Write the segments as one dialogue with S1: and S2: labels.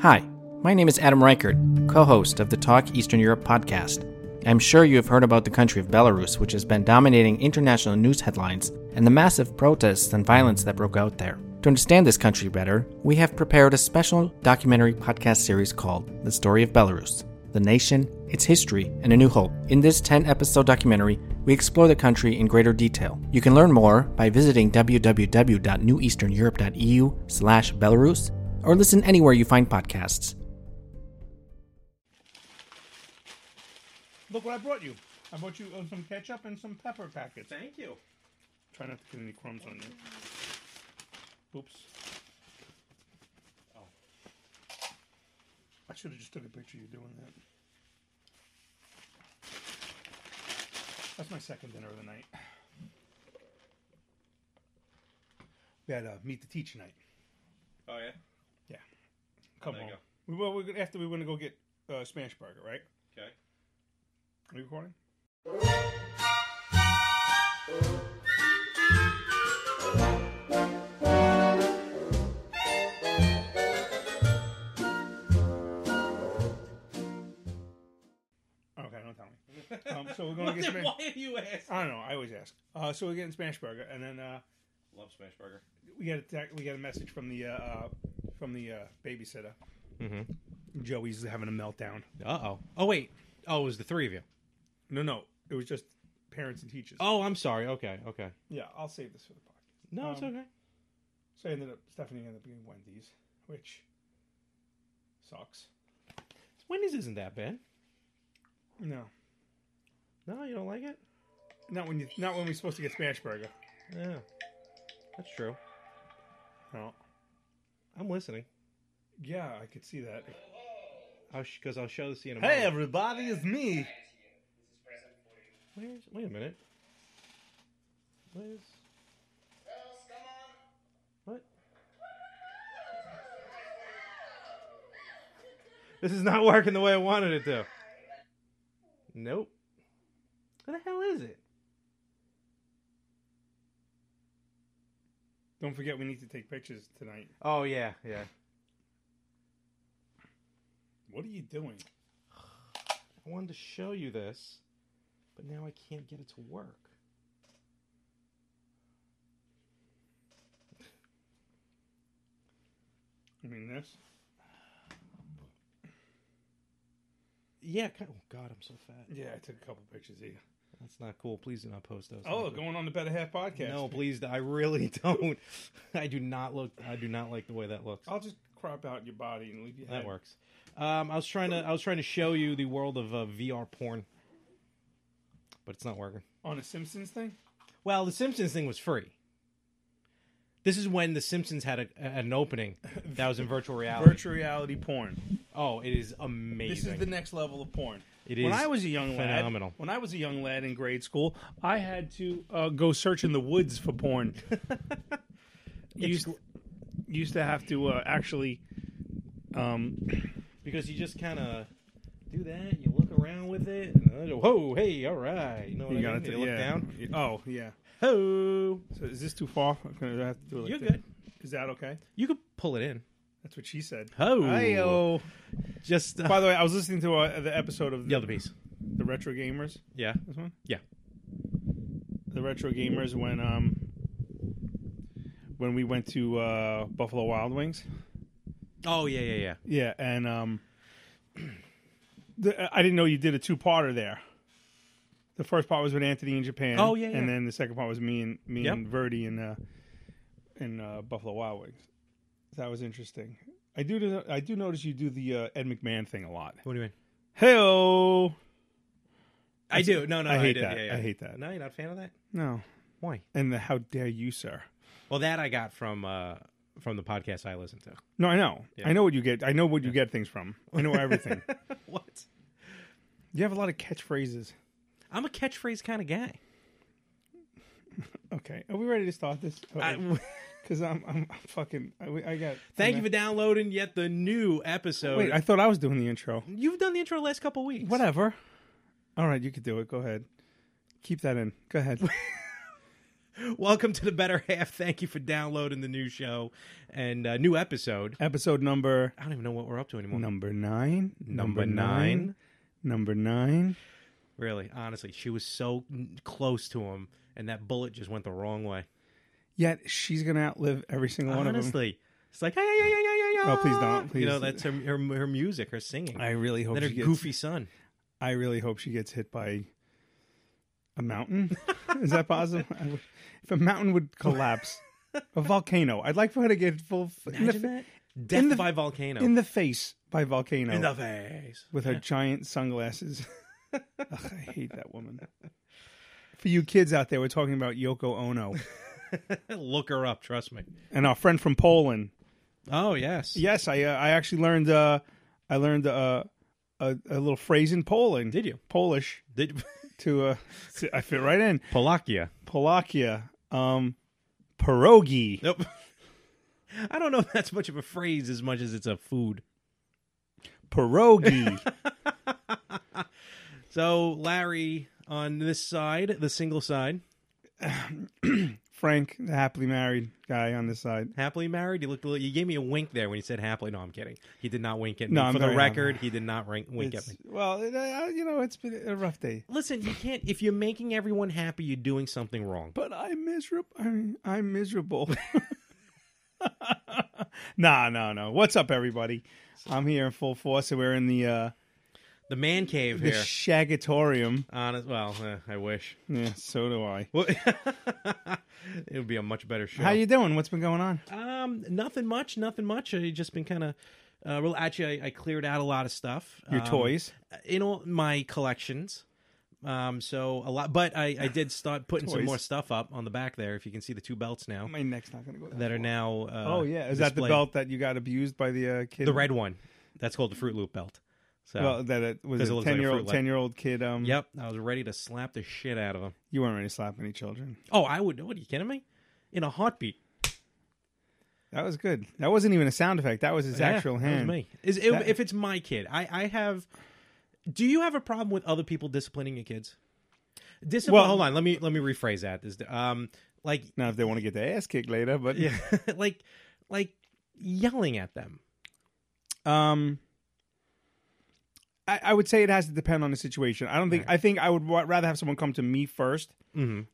S1: Hi, my name is Adam Reichert, co host of the Talk Eastern Europe podcast. I'm sure you have heard about the country of Belarus, which has been dominating international news headlines, and the massive protests and violence that broke out there. To understand this country better, we have prepared a special documentary podcast series called The Story of Belarus The Nation, Its History, and A New Hope. In this 10 episode documentary, we explore the country in greater detail. You can learn more by visiting www.neweasterneurope.eu e slash Belarus or listen anywhere you find podcasts.
S2: Look what I brought you. I brought you uh, some ketchup and some pepper packets.
S3: Thank you.
S2: Try not to put any crumbs on there. Oops. Oh. I should have just took a picture of you doing that. That's my second dinner of the night. We had uh, meet the teacher night.
S3: Oh yeah.
S2: Yeah. Come
S3: There
S2: on.
S3: you
S2: We, well, we're, gonna- after we went to go get uh, Smash Burger, right?
S3: Okay.
S2: Are you recording? Okay, don't tell me. Um, so we're going to get
S3: Why
S2: Smash.
S3: are you asking?
S2: I don't know. I always ask. Uh, so we're getting Smash Burger, and then uh,
S3: Love smash burger.
S2: we got a tec- we got a message from the uh, uh, from the uh, babysitter.
S4: Mm-hmm.
S2: Joey's having a meltdown.
S4: Uh oh. Oh wait. Oh, it was the three of you.
S2: No, no, it was just parents and teachers.
S4: Oh, I'm sorry. Okay. Okay.
S2: Yeah, I'll save this for the podcast.
S4: No, it's
S2: Um,
S4: okay.
S2: So I ended up Stephanie ended up getting Wendy's, which sucks.
S4: Wendy's isn't that bad.
S2: No,
S4: No, you don't like it.
S2: not when you not when we're supposed to get Smash Burger.
S4: Yeah, that's true.
S2: No.
S4: I'm listening.
S2: Yeah, I could see that.
S4: Because I'll show this to you in a
S2: Hey,
S4: moment.
S2: everybody, it's me.
S4: Where's? Wait a minute. Where's? What? This is not working the way I wanted it to. Nope. Where the hell is it?
S2: Don't forget, we need to take pictures tonight.
S4: Oh yeah, yeah.
S2: What are you doing?
S4: I wanted to show you this, but now I can't get it to work.
S2: I mean this.
S4: Yeah, kind oh God, I'm so fat.
S2: Yeah, I took a couple pictures here.
S4: That's not cool. Please do not post those.
S2: Oh,
S4: Thank you.
S2: going on the Better Half podcast.
S4: No, please. I really don't. I do not look. I do not like the way that looks.
S2: I'll just crop out your body and leave you.
S4: That works. Um, I was trying to. I was trying to show you the world of uh, VR porn, but it's not working.
S2: on a Simpsons thing.
S4: Well, the Simpsons thing was free. This is when the Simpsons had a, an opening that was in virtual reality.
S2: Virtual reality porn.
S4: oh, it is amazing.
S2: This is the next level of porn.
S4: It
S2: when
S4: is
S2: I was a young
S4: phenomenal.
S2: lad, when I was a young lad in grade school, I had to uh, go search in the woods for porn. you used, you used to have to uh, actually. Um,
S4: because you just kind of do that. You look around with it. And, then you go, whoa, hey, all right. You know what I mean? You look down.
S2: Oh yeah.
S4: Ho!
S2: So is this too far? Can I have to do it like
S4: You're
S2: this?
S4: good.
S2: Is that okay?
S4: You could pull it in.
S2: That's what she said.
S4: Ho!
S2: Ayo.
S4: Just uh,
S2: By the way, I was listening to uh, the episode of
S4: the other piece.
S2: the retro gamers.
S4: Yeah.
S2: This one?
S4: Yeah.
S2: The retro gamers when um when we went to uh Buffalo Wild Wings.
S4: Oh yeah, yeah, yeah.
S2: Yeah, and um the, I didn't know you did a two-parter there. The first part was with Anthony in Japan.
S4: Oh, yeah, yeah.
S2: And then the second part was me and me
S4: Yep.
S2: and Verdi in uh in uh Buffalo Wild Wings. That was interesting. I do I do notice you do the uh, Ed McMahon thing a lot.
S4: What do you mean?
S2: Heyo.
S4: I do. No, no,
S2: I hate
S4: do.
S2: that.
S4: Yeah, yeah.
S2: I hate that.
S4: No, you're not a fan of that.
S2: No.
S4: Why?
S2: And the how dare you, sir?
S4: Well, that I got from uh from the podcast I listened to.
S2: No, I know.
S4: Yeah.
S2: I know what you get. I know what you get things from. I know everything.
S4: what?
S2: you have a lot of catchphrases.
S4: I'm a catchphrase kind of guy.
S2: Okay, are we ready to start this?
S4: I,
S2: Because I'm, I'm fucking. I, I got.
S4: thank you for downloading yet the new episode.
S2: Wait, I thought I was doing the intro.
S4: You've done the intro the last couple weeks.
S2: Whatever. All right, you could do it. Go ahead. Keep that in. Go ahead.
S4: Welcome to the better half. Thank you for downloading the new show and uh, new episode.
S2: Episode number
S4: I don't even know what we're up to anymore.
S2: number nine.
S4: Number nine.
S2: Number nine.
S4: Really, honestly, she was so n- close to him, and that bullet just went the wrong way.
S2: Yet she's gonna outlive every single one of them.
S4: honestly, it's like, hey, hey, hey, hey, hey, hey,
S2: Oh, please don't.
S4: You know,
S2: Please.
S4: that's her, her, her music, her singing.
S2: I really hope
S4: then her
S2: she gets.
S4: goofy son.
S2: I really hope she gets hit by a mountain. Is that possible? I would- if a mountain would collapse, a volcano. I'd like for her to get full f- in the,
S4: Imagine
S2: fa-
S4: that. Death
S2: the-
S4: by volcano. Oh.
S2: in the face by volcano
S4: In the face.
S2: with her giant sunglasses. Ugh, I hate that woman. For you kids out there, we're talking about Yoko Ono
S4: Look her up. Trust me.
S2: and our friend from Poland.
S4: Oh yes.
S2: Yes, I uh, I actually learned uh, I learned uh, a a little phrase in Poland.
S4: Did you?
S2: Polish
S4: Did
S2: to uh, I fit right in.
S4: Polakia?
S2: Polakia, um, pierogi.
S4: Nope. I don't know if that's much of a phrase as much as it's a food.
S2: Pierogi.
S4: So Larry on this side, the single side,
S2: Frank, the happily married guy on this side.
S4: happily married. You looked a little. You gave me a wink there when you said happily. No, I'm kidding. He did not wink at me.
S2: No, I'm
S4: For the
S2: very happy.
S4: record, he did not wink, wink at
S2: It's-
S4: me.
S2: well, it, uh, you know, it's been a rough day,
S4: Listen, you can't. If you're making everyone happy, you're doing something wrong.
S2: but I'm miserable. I mean, I'm miserable. nah, no, no. What's up, everybody? I'm here in full force, and we're in the uh,
S4: The man cave
S2: the
S4: here.
S2: shagatorium.
S4: Honest. Well, eh, I wish.
S2: Yeah, so do I.
S4: Well, it would be a much better show.
S2: How you doing? What's been going on?
S4: Um, nothing much, nothing much. I just been kind of, uh, well, actually, I, I cleared out a lot of stuff.
S2: Your
S4: Um,
S2: toys?
S4: in all my collections. Um, so a lot, but I, I did start putting some
S2: Toys.
S4: more stuff up on the back there. If you can see the two belts now
S2: My neck's not going to go that,
S4: that are
S2: far.
S4: now. Uh,
S2: Oh yeah, is that the
S4: displayed.
S2: belt that you got abused by the uh, kid?
S4: The red one. That's called the Fruit Loop belt. So.
S2: Well, that it was
S4: 'Cause it
S2: a
S4: looks like a
S2: ten year
S4: fruit
S2: old
S4: looper.
S2: ten year old kid. Um,
S4: Yep, I was ready to slap the shit out of him.
S2: you weren't really slapping any children.
S4: Oh, I would. What are you kidding me? In a heartbeat.
S2: That was good. That wasn't even a sound effect. That was his
S4: Yeah,
S2: actual
S4: that was
S2: hand.
S4: me. Is if,
S2: That-
S4: if it's my kid, I, I have. Do you have a problem with other people disciplining your kids? Discipline.
S2: Well-
S4: hold on. Let me let me rephrase that. Is the- um like
S2: Now, if they want to get their ass kicked later, but
S4: yeah like like yelling at them.
S2: um, I, I would say it has to depend on the situation. I don't think. I think I would wa- rather have someone come to me 1st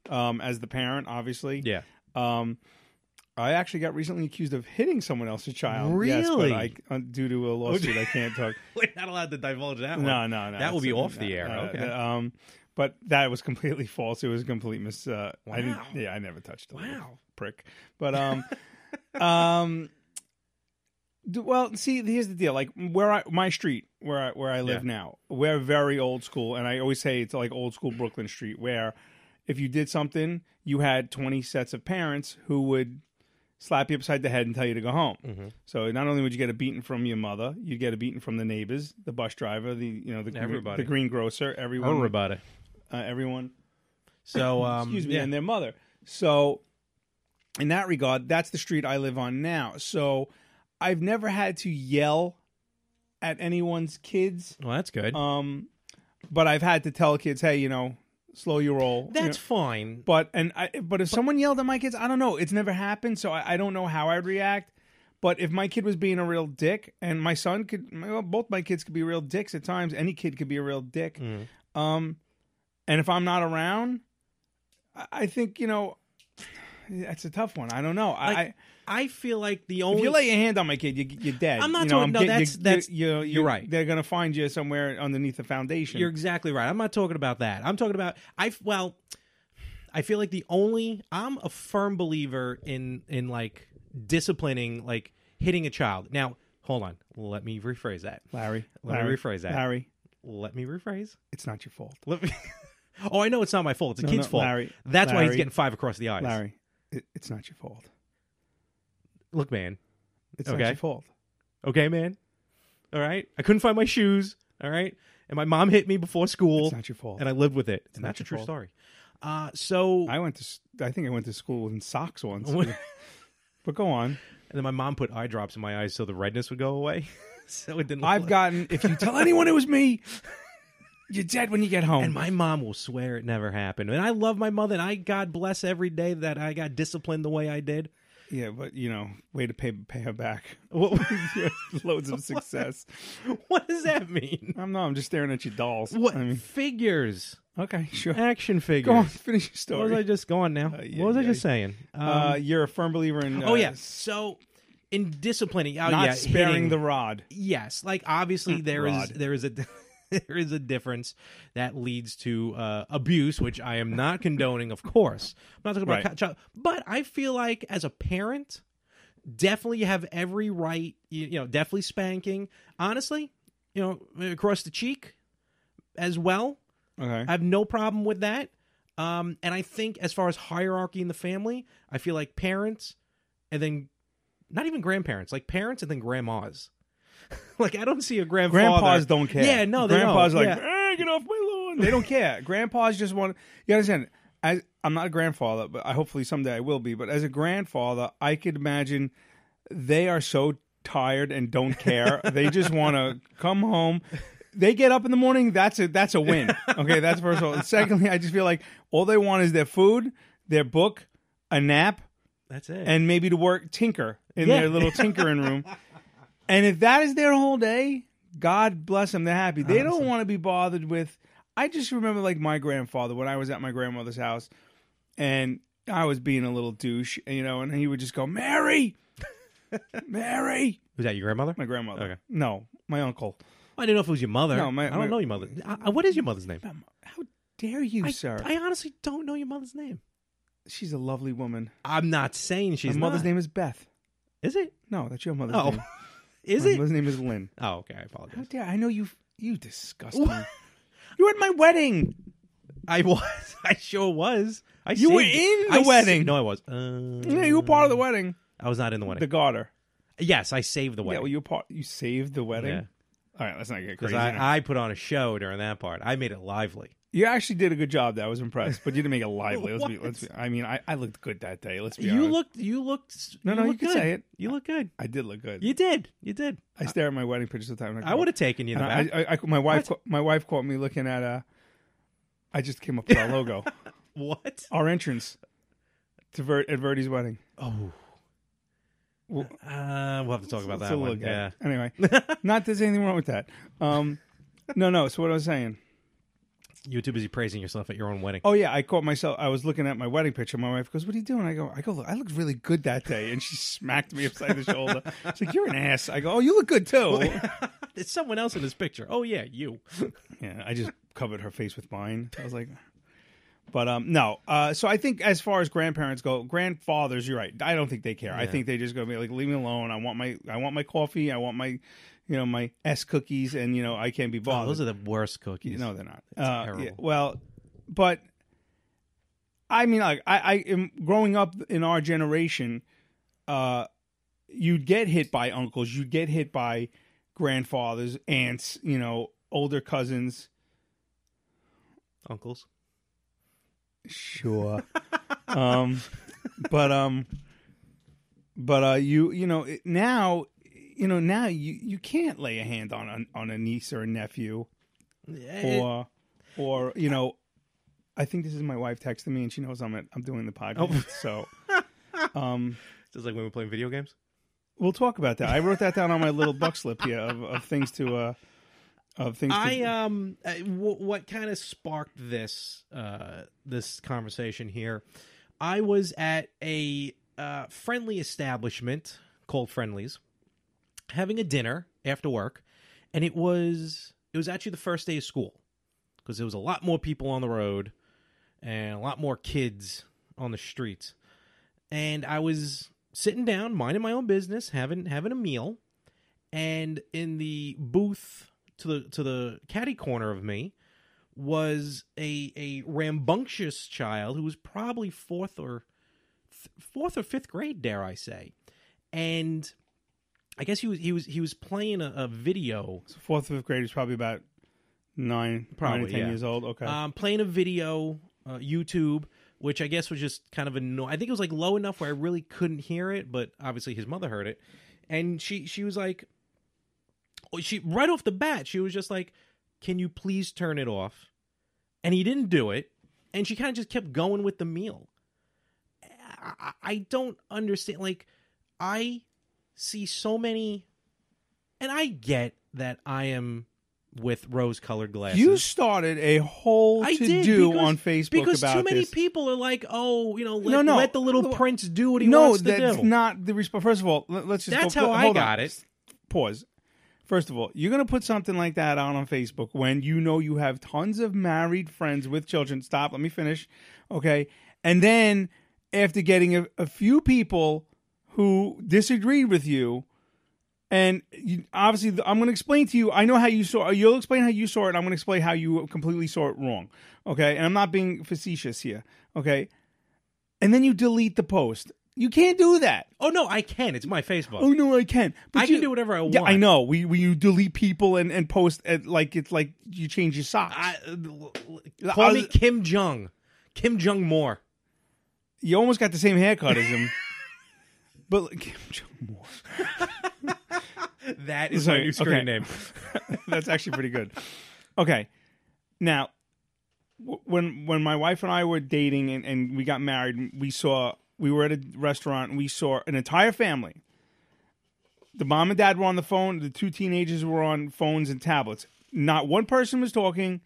S2: um, as the parent, obviously.
S4: Mm-hmm. Yeah.
S2: Um, I actually got recently accused of hitting someone else's child. Yes, but
S4: Really?
S2: I, uh, due to a lawsuit, I can't talk.
S4: We're not allowed to divulge that one.
S2: No, no, no.
S4: That will be
S2: it's-
S4: off the air.
S2: uh,
S4: okay.
S2: Um, but that was completely false. It was a complete mis. Uh, I didn't,
S4: Wow.
S2: yeah, I never touched a little
S4: Wow.
S2: prick. But um, um, d- well, see, here's the deal. Like where I my street where I where I live
S4: Yeah.
S2: now, we're very old school, and I always say it's like old school Brooklyn Street, where if you did something, you had 20 sets of parents who would slap you upside the head and tell you to go home.
S4: Mm-hmm.
S2: So not only would you get a beating from your mother, you'd get a beating from the neighbors, the bus driver, the you know the green-
S4: Everybody.
S2: the greengrocer, everyone,
S4: about it.
S2: uh, everyone.
S4: So um,
S2: Excuse me,
S4: yeah.
S2: and their mother. So in that regard, that's the street I live on now. So I've never had to yell at anyone's kids,
S4: well, that's good.
S2: um, but I've had to tell kids, hey, you know, slow your roll. You know,
S4: that's fine.
S2: but and I but if someone yelled at my kids, I don't know. It's never happened, so I, I don't know how I'd react. But if my kid was being a real dick, and my son could, my- well, both my kids could be real dicks at times. Any kid could be a real dick.
S4: Mm-hmm.
S2: Um, and if I'm not around, I, I think you know, that's a tough one. I don't know. I, I
S4: Like, I feel like the
S2: if
S4: only
S2: you lay your hand on my kid, you, you're dead.
S4: I'm not
S2: You know,
S4: talking- no,
S2: getting-
S4: that's- that's-
S2: you, you,
S4: you're right.
S2: They're gonna find you somewhere underneath the foundation.
S4: You're exactly right. I'm not talking about that. I'm talking about I well, I feel like the only I'm a firm believer in in like disciplining like hitting a child. Now, hold on. Let me rephrase that.
S2: Larry.
S4: Let me
S2: Larry,
S4: rephrase that.
S2: Larry,
S4: Let me rephrase.
S2: it's not your fault.
S4: Let me Oh, I know it's not my fault. It's a
S2: No,
S4: kid's
S2: no,
S4: fault.
S2: Larry,
S4: That's why he's
S2: Larry,
S4: getting five across the eyes.
S2: Larry, it, it's not your fault.
S4: Look, man.
S2: It's
S4: Okay.
S2: not your fault.
S4: Okay, man. All right. I couldn't find my shoes. All right. And my mom hit me before school.
S2: It's not your fault.
S4: and I lived with it. and
S2: not
S4: that's a
S2: your
S4: true
S2: fault.
S4: story. Uh, so
S2: I went to. s- I think I went to school in socks once. but go on.
S4: And then my mom put eye drops in my eyes so the redness would go away. so it didn't. Look
S2: I've gotten. If you tell anyone it was me, You're dead when you get home.
S4: And my mom will swear it never happened. And I love my mother, and I God bless every day that I got disciplined the way I did.
S2: yeah, but you know, way to pay pay her back.
S4: What,
S2: Loads of success.
S4: what does that mean?
S2: I'm no, I'm just staring at your dolls.
S4: What
S2: I mean,
S4: figures?
S2: okay, sure.
S4: Action figures.
S2: Go
S4: Uh,
S2: on, finish your
S4: What was I
S2: story.
S4: just going now?
S2: yeah,
S4: what was I
S2: yeah.
S4: just saying? Um,
S2: uh, you're a firm believer in. Uh,
S4: oh yeah. So in disciplining, oh,
S2: not
S4: yeah,
S2: sparing
S4: hitting-
S2: the rod.
S4: yes like obviously there is
S2: Rod.
S4: there is a there is a difference that leads to uh, abuse which i am not condoning of course i'm not talking about
S2: Right.
S4: co- child but i feel like as a parent definitely you have every right you, you know definitely spanking honestly you know across the cheek as well
S2: Okay.
S4: I have no problem with that. Um, and I think as far as hierarchy in the family, I feel like parents and then not even grandparents, like parents and then grandmas. like I don't see a grandfather.
S2: Grandpas don't care.
S4: Yeah, no, they
S2: grandpas
S4: don't.
S2: like,
S4: Yeah.
S2: "Eh, get off my lawn. They don't care. Grandpas just want. You understand? As I'm not a grandfather, but I hopefully someday I will be. But as a grandfather, I could imagine they are so tired and don't care. they just want to come home. They get up in the morning. That's a that's a win. Okay, that's first of all. And secondly, I just feel like all they want is their food, their book, a nap,
S4: That's it.
S2: and maybe to work tinker in
S4: Yeah.
S2: their little tinkering room. And if that is their whole day, God bless them. They're happy. They don't want to be bothered with. I just remember like my grandfather when I was at my grandmother's house, and I was being a little douche, you know, and he would just go, "Mary, Mary."
S4: was that your grandmother?
S2: My grandmother.
S4: Okay.
S2: No, my uncle.
S4: I didn't know if it was your mother.
S2: No, my-
S4: I don't
S2: my-
S4: know your mother. I, I- what is your mother's name?
S2: Um, How dare you,
S4: I,
S2: sir?
S4: I honestly don't know your mother's name.
S2: She's a lovely woman.
S4: I'm not saying she's
S2: My mother's
S4: not.
S2: name is Beth.
S4: Is it?
S2: No, that's your mother's
S4: Oh,
S2: name.
S4: is
S2: my
S4: it?
S2: mother's name is Lynn.
S4: Oh, okay. I
S2: How
S4: apologize.
S2: dare I know you? You disgust me. You were at my wedding.
S4: I was. I sure was. I
S2: You were
S4: saved-
S2: in the
S4: I sa-
S2: wedding.
S4: no, I was. Uh,
S2: Yeah, you were part of the wedding.
S4: I was not in the wedding.
S2: The garter.
S4: Yes, I saved the
S2: Yeah,
S4: wedding
S2: well, you were part. You saved the wedding.
S4: Yeah.
S2: All right, let's not get
S4: because
S2: crazy. now.
S4: I, I put on a show during that part. I made it lively.
S2: you actually did a good job. That I was impressed, but you didn't make it lively. Let's be.
S4: What?
S2: Let's be. I mean, I, I looked good that day. Let's be.
S4: you
S2: honest.
S4: looked, you looked.
S2: No, no, you
S4: looked
S2: can
S4: good.
S2: say it.
S4: You look good.
S2: I did look good.
S4: You did. You did.
S2: I stare at my wedding pictures all the time. and
S4: I
S2: go-
S4: would have taken you in
S2: and
S4: the
S2: I,
S4: back.
S2: I, I, my wife. ca- My wife caught me looking at a. I just came up with our logo,
S4: what?
S2: our entrance, to Ver, at Verdi's wedding.
S4: Oh,
S2: Well,
S4: uh, we'll have to talk about
S2: It's
S4: that
S2: a little
S4: one.
S2: gay.
S4: Yeah.
S2: Anyway, not that there's anything wrong with that. Um, no, no. So what I was saying.
S4: You're too busy praising yourself at your own wedding.
S2: Oh yeah, I caught myself. I was looking at my wedding picture. My wife goes, "What are you doing?" I go, "I go. Look, I looked really good that day," and she smacked me upside the shoulder. She's like, "You're an ass." I go, "Oh, you look good too."
S4: There's someone else in this picture. Oh yeah, you.
S2: yeah, I just covered her face with mine. I was like, but um, no. Uh, so I think as far as grandparents go, grandfathers, you're right. I don't think they care. I think they just go be like, "Leave me alone. I want my, I want my coffee. I want my, you know, my S cookies, and you know, I can't be bothered."
S4: Oh, those are the worst cookies.
S2: No, they're not. Uh,
S4: terrible.
S2: yeah, well, but I mean, like I, I am growing up in our generation. Uh, you'd get hit by uncles. You'd get hit by grandfathers, aunts. You know, older cousins.
S4: uncles.
S2: Sure. um, but um, but uh, you you know it- now you know now you you can't lay a hand on on, on a niece or a nephew. or or you know i think this is my wife texting me and she knows i'm at, i'm doing the podcast
S4: Oh.
S2: so um
S4: It's just like when we're playing video games.
S2: we'll talk about that i wrote that down on my little buck slip here of, of things to uh of things
S4: I
S2: to,
S4: um, uh, w- what kind of sparked this uh this conversation here? I was at a uh, friendly establishment called Friendlies, having a dinner after work, and it was it was actually the first day of school because there was a lot more people on the road and a lot more kids on the streets, and I was sitting down, minding my own business, having having a meal, and in the booth to the to the caddy corner of me was a a rambunctious child who was probably fourth or th- fourth or fifth grade, dare I say, and I guess he was he was he was playing a, a video,
S2: so fourth fifth grade is probably about nine probably
S4: Probably,
S2: ten
S4: yeah.
S2: years old okay
S4: um, playing a video, uh, YouTube, which I guess was just kind of annoying. I think it was like low enough where I really couldn't hear it, but obviously his mother heard it, and she she was like, oh, she right off the bat she was just like, "Can you please turn it off?" And he didn't do it, and she kind of just kept going with the meal. I, I- I don't understand. Like, I see so many, and I get that I am with rose-colored glasses.
S2: You started a whole
S4: I
S2: to
S4: did
S2: do
S4: because-
S2: on Facebook
S4: because
S2: about
S4: too many
S2: this.
S4: people are like, "Oh, you know, let,
S2: No, no.
S4: let the little prince do what he
S2: no,
S4: wants to
S2: that's
S4: do."
S2: not the response. First of all, let- let's just
S4: That's
S2: go,
S4: how
S2: let-
S4: I
S2: hold
S4: got
S2: on.
S4: it.
S2: Pause. First of all, you're going to put something like that out on Facebook when you know you have tons of married friends with children. Stop. Let me finish. Okay. And then after getting a, a few people who disagreed with you, and you, obviously, th- I'm going to explain to you. I know how you saw. You'll explain how you saw it. and I'm going to explain how you completely saw it wrong. Okay, and I'm not being facetious here. Okay, and then you delete the post. You can't do that.
S4: Oh no, I can. It's my Facebook.
S2: Oh no, I can. But
S4: I can do whatever I
S2: Yeah, I
S4: want.
S2: know. We we you delete people and and post at, like it's like you change your socks.
S4: I, uh, call me Kim Jong, Kim Jong More.
S2: you almost got the same haircut as him. but like, Kim Jong Un.
S4: That is
S2: Sorry,
S4: my new screen
S2: okay.
S4: name.
S2: That's actually pretty good. Okay, now w- when when my wife and I were dating and, and we got married, we saw we were at a restaurant and we saw an entire family. The mom and dad were on the phone. The two teenagers were on phones and tablets. Not one person was talking.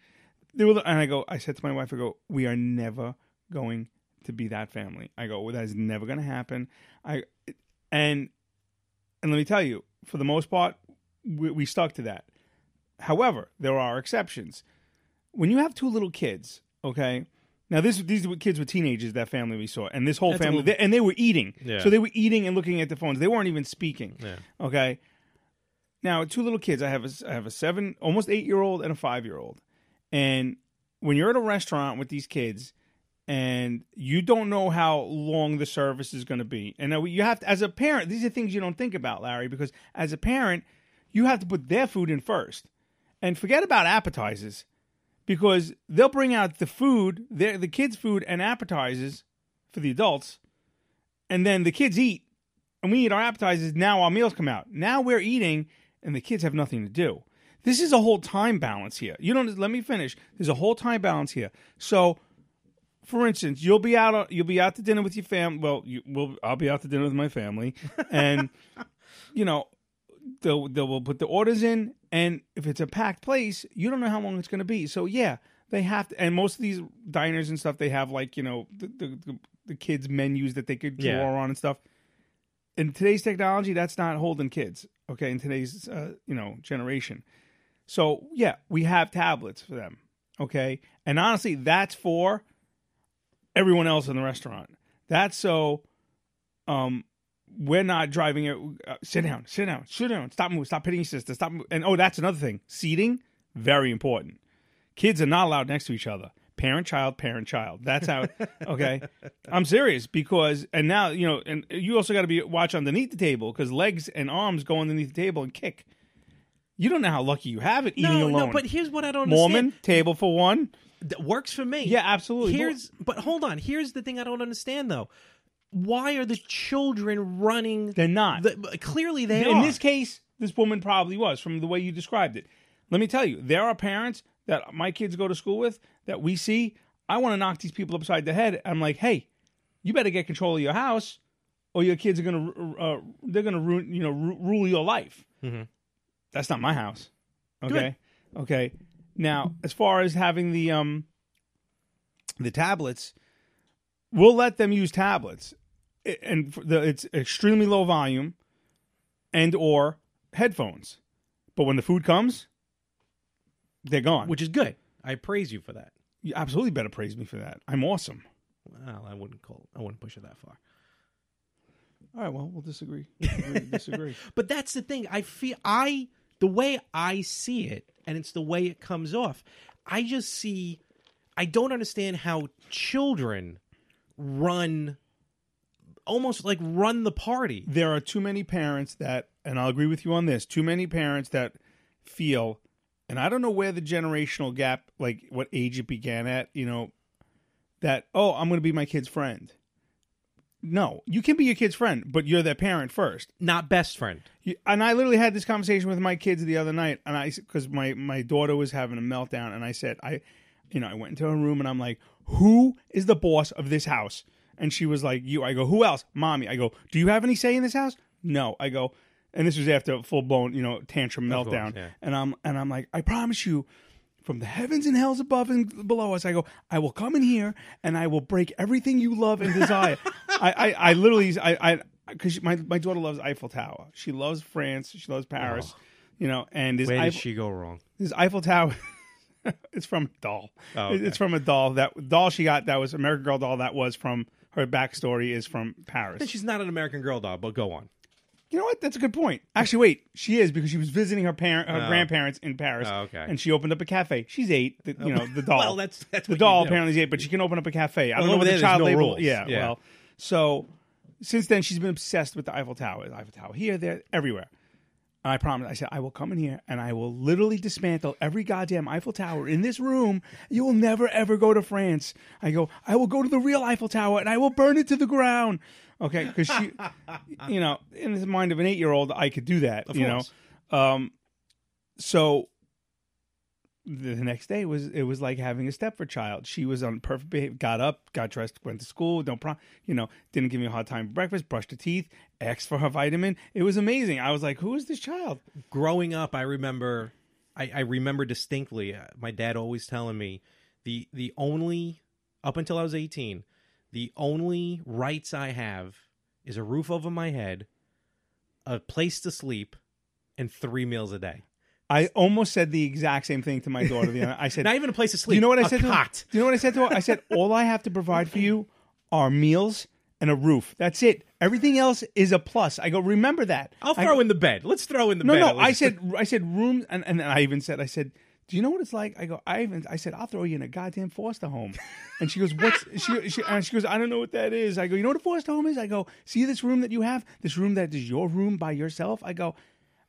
S2: They were, and I go. I said to my wife, I go, we are never going to be that family. I go, well, that is never going to happen. I and and let me tell you, for the most part, we, we stuck to that. However, there are exceptions. When you have two little kids, okay. Now this these were kids were teenagers that family we saw, and this whole
S4: That's a
S2: family,
S4: little-
S2: they- and they were eating.
S4: Yeah.
S2: So they were eating and looking at the phones. They weren't even speaking.
S4: Yeah.
S2: Okay. Now two little kids. I have a s- I have a seven, almost eight year old, and a five year old. And when you're at a restaurant with these kids, and you don't know how long the service is going to be. And now you have to, as a parent, these are things you don't think about, Larry, because as a parent, you have to put their food in first. And forget about appetizers, because they'll bring out the food, their, the kids' food and appetizers for the adults, and then the kids eat, and we eat our appetizers. Now our meals come out. Now we're eating, and the kids have nothing to do. This is a whole time balance here. You don't let me finish. There's a whole time balance here. So for instance, you'll be out you'll be out to dinner with your family. Well, you will I'll be out to dinner with my family, and you know they'll they will put the orders in, and if it's a packed place, you don't know how long it's going to be. So yeah, they have to. And most of these diners and stuff, they have like you know the the, the, the kids menus that they could draw
S4: Yeah.
S2: on and stuff. In today's technology, that's not holding kids. Okay, in today's uh, you know generation, so yeah, we have tablets for them. Okay, and honestly, that's for everyone else in the restaurant. That's so um we're not driving it uh, sit down, sit down, sit down, stop moving, stop hitting your sister, stop move. and oh that's another thing. Seating, very important. Kids are not allowed next to each other. Parent child, parent child. That's how okay. I'm serious because and now, you know, and you also gotta be watch underneath the table because legs and arms go underneath the table and kick. You don't know how lucky you have it eating
S4: No,
S2: alone.
S4: no. But here's what I don't
S2: Mormon,
S4: understand.
S2: table for one.
S4: That works for me.
S2: Yeah, absolutely.
S4: Here's but hold on. Here's the thing I don't understand though. Why are the children running?
S2: They're not.
S4: The, clearly they
S2: in
S4: are.
S2: this case, this woman probably was from the way you described it. Let me tell you, there are parents that my kids go to school with that we see. I want to knock these people upside the head. I'm like, hey, you better get control of your house, or your kids are gonna ru- uh, they're gonna ruin you know ru- rule your life.
S4: Mm-hmm.
S2: That's not my house. Okay, okay. Now, as far as having the um the tablets, we'll let them use tablets, I- and for the, it's extremely low volume and or headphones. But when the food comes, they're gone. Which
S4: which is good. I praise you for that.
S2: you absolutely better praise me for that. I'm awesome.
S4: Well, I wouldn't call. I wouldn't push it that far.
S2: All right, well, we'll disagree. Agree to disagree.
S4: But that's the thing. I feel I the way I see it, and it's the way it comes off. I just see. I don't understand how children run, almost like run the party.
S2: There are too many parents that, and I'll agree with you on this. Too many parents that feel, and I don't know where the generational gap, like what age it began at. You know, that oh, I'm going to be my kid's friend. No, you can be your kid's friend, but you're their parent first.
S4: Not best friend.
S2: You- and I literally had this conversation with my kids the other night, and I because my my daughter was having a meltdown, and I said I, you know, I went into her room and I'm like, who is the boss of this house? And she was like, you. I go, who else? Mommy. I go, do you have any say in this house? No. I go, and this was after a full blown you know tantrum meltdown,
S4: yeah.
S2: and I'm and I'm like, I promise you. From the heavens and hells above and below us, I go. I will come in here and I will break everything you love and desire. I, I, I literally, I, I, because my my daughter loves Eiffel Tower. She loves France. She loves Paris. You know, and this
S4: Oh. Where did
S2: Eiffel,
S4: she go wrong?
S2: this Eiffel Tower, it's from a doll.
S4: Oh,
S2: It- It's from a doll that doll she got that was American Girl doll that was from her backstory is from Paris.
S4: She's not an American Girl doll, but go on.
S2: You know what? That's a good point. Actually, wait, she is because she was visiting her parent, her
S4: Oh.
S2: grandparents in Paris.
S4: Oh, okay.
S2: and she opened up a cafe. She's eight. The, you know, the doll.
S4: Well, that's- that's
S2: the
S4: what
S2: doll
S4: you do.
S2: apparently is eight, but she can open up a cafe. I don't
S4: over
S2: know what
S4: there,
S2: the
S4: there's
S2: child
S4: no
S2: labor.
S4: rules.
S2: Yeah,
S4: Yeah.
S2: Well, so since then she's been obsessed with the Eiffel Tower. Eiffel Tower here, there, everywhere. And I promised. I said I will come in here and I will literally dismantle every goddamn Eiffel Tower in this room. You will never ever go to France. I go. I will go to the real Eiffel Tower and I will burn it to the ground. Okay, because she, you know, in the mind of an eight-year-old, I could do that.
S4: Of
S2: you
S4: course.
S2: know, um, so the next day was it was like having a Stepford child. She was on perfect behavior, got up, got dressed, went to school, don't pro, you know, didn't give me a hard time for breakfast, brushed her teeth, asked for her vitamin. It was amazing. I was like, who is this child?
S4: growing up, I remember, I, I remember distinctly uh, my dad always telling me the the only up until I was eighteen, the only rights I have is a roof over my head, a place to sleep, and three meals a day.
S2: I almost said the exact same thing to my daughter. The other night. I said,
S4: Not even a place to sleep.
S2: do you know what I
S4: a
S2: said?
S4: Cot.
S2: To her? Do you know what I said to her? I said, all I have to provide for you are meals and a roof. That's it. Everything else is a plus. I go, remember that.
S4: I'll
S2: I
S4: throw in the bed. Let's throw in the
S2: No,
S4: bed.
S2: no.
S4: at
S2: I
S4: least.
S2: said, I said rooms, and, and I even said, I said, do you know what it's like? I go, I even, I said, I'll throw you in a goddamn foster home. And she goes, what's she? she and she goes, I don't know what that is. I go, you know what a foster home is? I go, see this room that you have, this room that is your room by yourself. I go,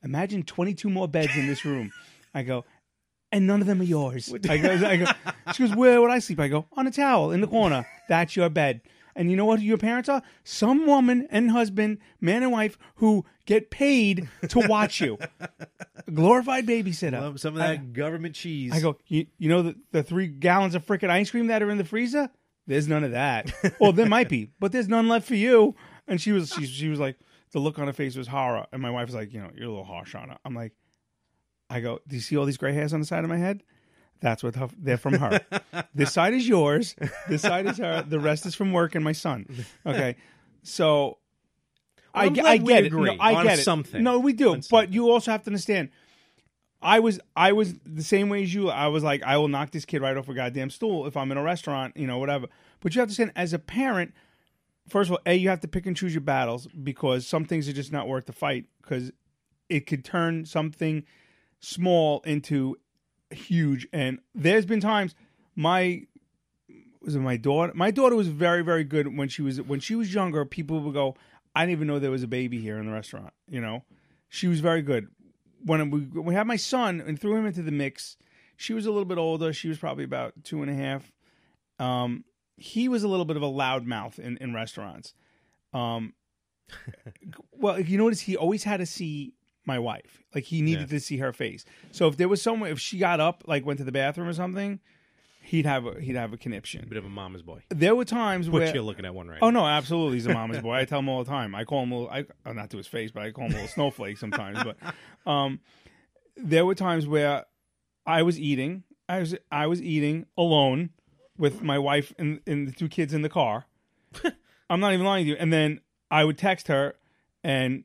S2: imagine twenty two more beds in this room. I go. And none of them are yours. I go, I go, she goes, Where would I sleep? I go, On a towel in the corner. That's your bed. And you know what your parents are? Some woman and husband, man and wife, who get paid to watch you glorified babysitter.
S4: Um, some of that government cheese.
S2: I go, you, you know, the, the three gallons of freaking ice cream that are in the freezer? There's none of that. well, there might be, but there's none left for you. And she was, she, she was like, the look on her face was horror. And my wife was like, you know, you're a little harsh on her. I'm like, I go, do you see all these gray hairs on the side of my head? That's what her, they're from her.
S4: Uh,
S2: this side is yours. This side is her. The rest is from work and my son. Okay, so I,
S4: I'm
S2: ge-
S4: glad
S2: I
S4: we
S2: get it.
S4: agree
S2: No, I
S4: on
S2: get it.
S4: something.
S2: No, we do. But you also have to understand. I was I was the same way as you. I was like, I will knock this kid right off a goddamn stool if I'm in a restaurant, you know, whatever. But you have to understand, as a parent, first of all, a you have to pick and choose your battles because some things are just not worth the fight because it could turn something small into huge. And there's been times my was it my daughter? My daughter was very very good when she was when she was younger. People would go, I didn't even know there was a baby here in the restaurant. You know, she was very good. When we we had my son and threw him into the mix, she was a little bit older. She was probably about two and a half. Um, he was a little bit of a loudmouth in in restaurants. Um, well, if you notice, he always had to see my wife. Like he needed to see her face. So if there was someone, if she got up, like went to the bathroom or something, he'd have a, he'd have a conniption.
S4: bit of a mama's boy.
S2: There were times
S4: But
S2: where
S4: you're looking at one right.
S2: Oh
S4: now.
S2: no, absolutely, he's a mama's boy. I tell him all the time. I call him, a little, I oh, not to his face, but I call him a little snowflake sometimes. But um, there were times where I was eating, I was I was eating alone with my wife and, and the two kids in the car. I'm not even lying to you. And then I would text her, and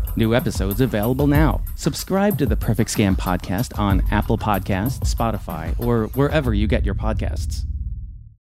S5: New episodes available now. Subscribe to The Perfect Scam podcast on Apple Podcasts, Spotify, or wherever you get your podcasts.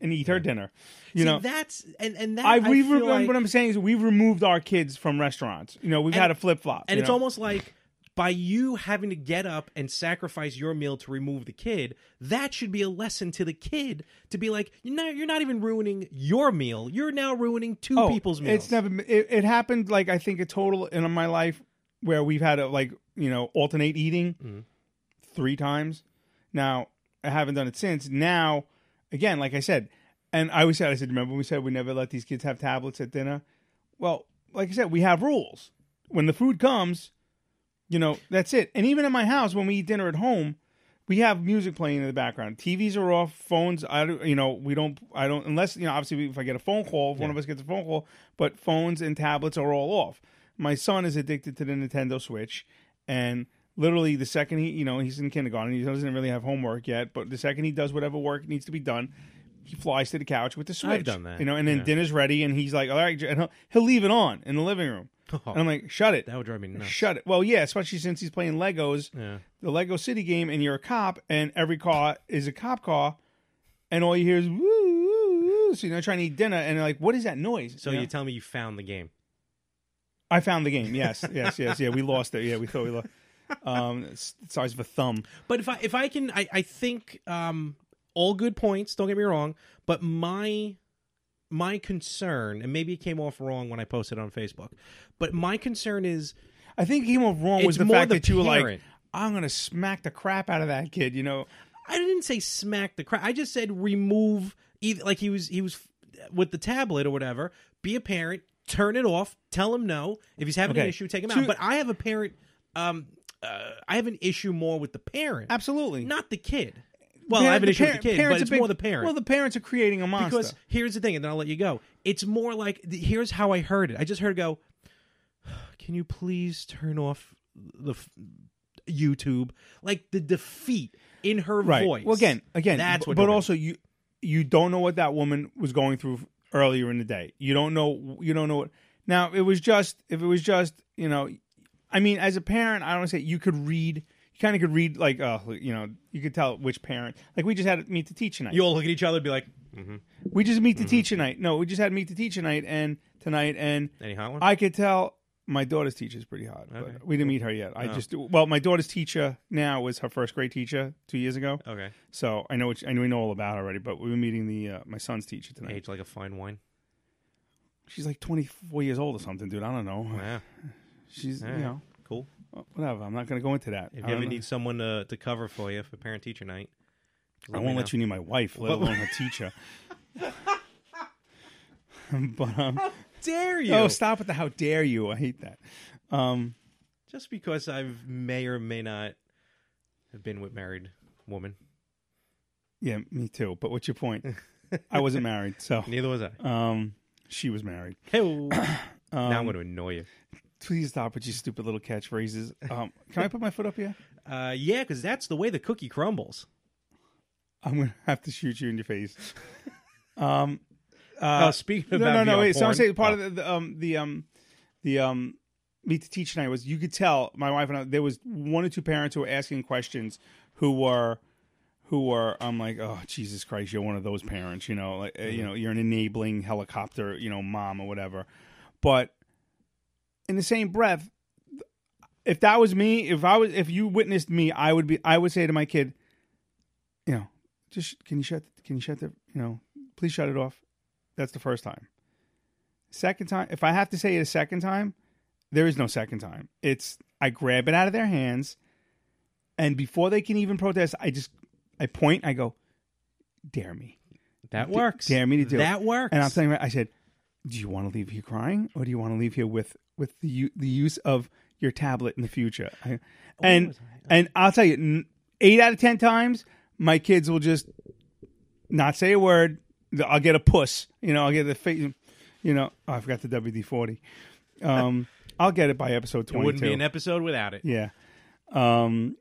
S2: and eat her dinner. You
S4: See,
S2: know,
S4: that's and and that
S2: I, we
S4: feel
S2: re-
S4: like-
S2: what I'm saying is we've removed our kids from restaurants. You know, we've had a flip flop,
S4: and it's almost like by you having to get up and sacrifice your meal to remove the kid, that should be a lesson to the kid to be like, you know, you're not even ruining your meal. You're now ruining two
S2: oh,
S4: people's meals.
S2: It's never it, it happened like I think a total in my life where we've had a like you know alternate eating
S4: Mm-hmm.
S2: three times. Now I haven't done it since. Now again, like I said, and I always said I said remember when we said we never let these kids have tablets at dinner. Well, like I said, we have rules. When the food comes, you know that's it. And even at my house, when we eat dinner at home. we have music playing in the background. TVs are off. Phones, I don't, you know, we don't, I don't, unless, you know, obviously if I get a phone call, if one of us gets a phone call, but phones and tablets are all off. My son is addicted to the Nintendo Switch. And literally the second he, you know, he's in kindergarten, he doesn't really have homework yet, but the second he does whatever work needs to be done, he flies to the couch with the Switch.
S4: done that,
S2: You know, and then
S4: yeah.
S2: dinner's ready and he's like, all right, and he'll, he'll leave it on in the living room. And I'm like, shut it.
S4: Oh. that would drive me nuts.
S2: Shut it. Well, yeah, especially since he's playing Legos,
S4: Yeah.
S2: the Lego City game, and you're a cop, and every car is a cop car, and all you hear is woo, woo, woo. So you're trying to eat dinner, and you're like, what is that noise?
S4: So
S2: know?
S4: you tell me you found the game.
S2: I found the game. Yes, yes, yes. Yeah, we lost it. Yeah, we thought we lost. Um, it's the size of a thumb.
S4: But if I if I can, I I think um, all good points. Don't get me wrong, but my my concern, and maybe it came off wrong when I posted it on Facebook, but my concern is
S2: I think he went wrong was
S4: It's
S2: the
S4: more
S2: fact
S4: the
S2: that you were like,
S4: parent.
S2: I'm gonna smack the crap out of that kid. You know,
S4: I didn't say smack the crap. I just said remove either like he was he was f- with the tablet or whatever. Be a parent, turn it off, tell him no. If he's having an
S2: Okay.
S4: issue, take him
S2: Two-
S4: out. But I have a parent um uh, I have an issue more with the parent.
S2: absolutely.
S4: Not the kid. Well, I
S2: Parent-
S4: have an
S2: the
S4: issue with
S2: parent-
S4: the kid,
S2: parents
S4: but
S2: are
S4: it's
S2: big-
S4: more the parent.
S2: Well, the parents are creating a monster.
S4: because here's the thing, and then I'll let you go. It's more like th- here's how I heard it. I just heard it go. Can you please turn off the f- YouTube? Like the defeat in her
S2: right.
S4: voice.
S2: Well, again, again,
S4: that's
S2: b-
S4: what.
S2: But
S4: did it.
S2: also, you you don't know what that woman was going through earlier in the day. You don't know. You don't know what. Now, it was just if it was just you know, I mean, as a parent, I don't say you could read. You kind of could read like uh, you know, you could tell which parent. Like we just had meet the teacher night.
S4: you all look at each other and be like,
S2: we just meet the
S4: Mm-hmm.
S2: teacher night. No, we just had meet the teacher night and tonight and
S4: "Any hot one?"
S2: I could tell my daughter's teacher is pretty hot. But we didn't meet her yet.
S4: Oh.
S2: I just well, my daughter's teacher now was her first grade teacher two years ago.
S4: okay,
S2: So I know what you- I know we know all about already, but we were meeting the uh, my son's teacher tonight.
S4: age like a fine wine.
S2: She's like 24 years old or something, dude. I don't know.
S4: Yeah,
S2: She's
S4: all right.
S2: you know uh,
S4: cool.
S2: whatever. I'm not gonna go into that. I
S4: If you ever
S2: don't know.
S4: need someone to, to cover for you for parent teacher night, just
S2: I
S4: me
S2: won't
S4: know.
S2: let you need my wife, let alone her teacher. but um,
S4: Dare you?
S2: oh, stop with the how dare you! I hate that. Um,
S4: Just because I've may or may not have been with married woman.
S2: yeah, me too. But what's your point? I wasn't married, so
S4: Neither was I.
S2: um, she was married.
S4: Hey, um, now I'm going to annoy you.
S2: Please stop with your stupid little catchphrases. Um, can I put my foot up here?
S4: Uh, yeah, because that's the way the cookie crumbles.
S2: I'm gonna have to shoot you in your face.
S4: Uh, speaking about
S2: no, no, no.
S4: VR
S2: Wait, so
S4: porn-
S2: I'm saying part of
S4: Oh,
S2: the, the um the um the um meet the teacher night was you could tell my wife and I there was one or two parents who were asking questions who were who were I'm like oh Jesus Christ you're one of those parents you know like uh, you
S4: Mm-hmm.
S2: know you're an enabling helicopter you know mom or whatever but in the same breath if that was me if I was if you witnessed me I would be I would say to my kid you know just can you shut can you shut the you know please shut it off that's the first time Second time, if I have to say it a second time, there is no second time. It's I grab it out of their hands, and before they can even protest, I just I point. I go, "Dare me,
S4: Oh, that works.
S2: dare me to do it."
S4: that works.
S2: And I'm saying, I said, "Do you want to leave here crying, or do you want to leave here with with the u- the use of your tablet in the future?" I,
S4: Oh,
S2: and and I'll tell you, n- eight out of ten times, my kids will just not say a word. I'll get a puss. You know, I'll get the face. You know, oh, I forgot the WD forty. Um, I'll get it by episode
S4: It
S2: twenty.
S4: wouldn't be an episode without it.
S2: Yeah. Um.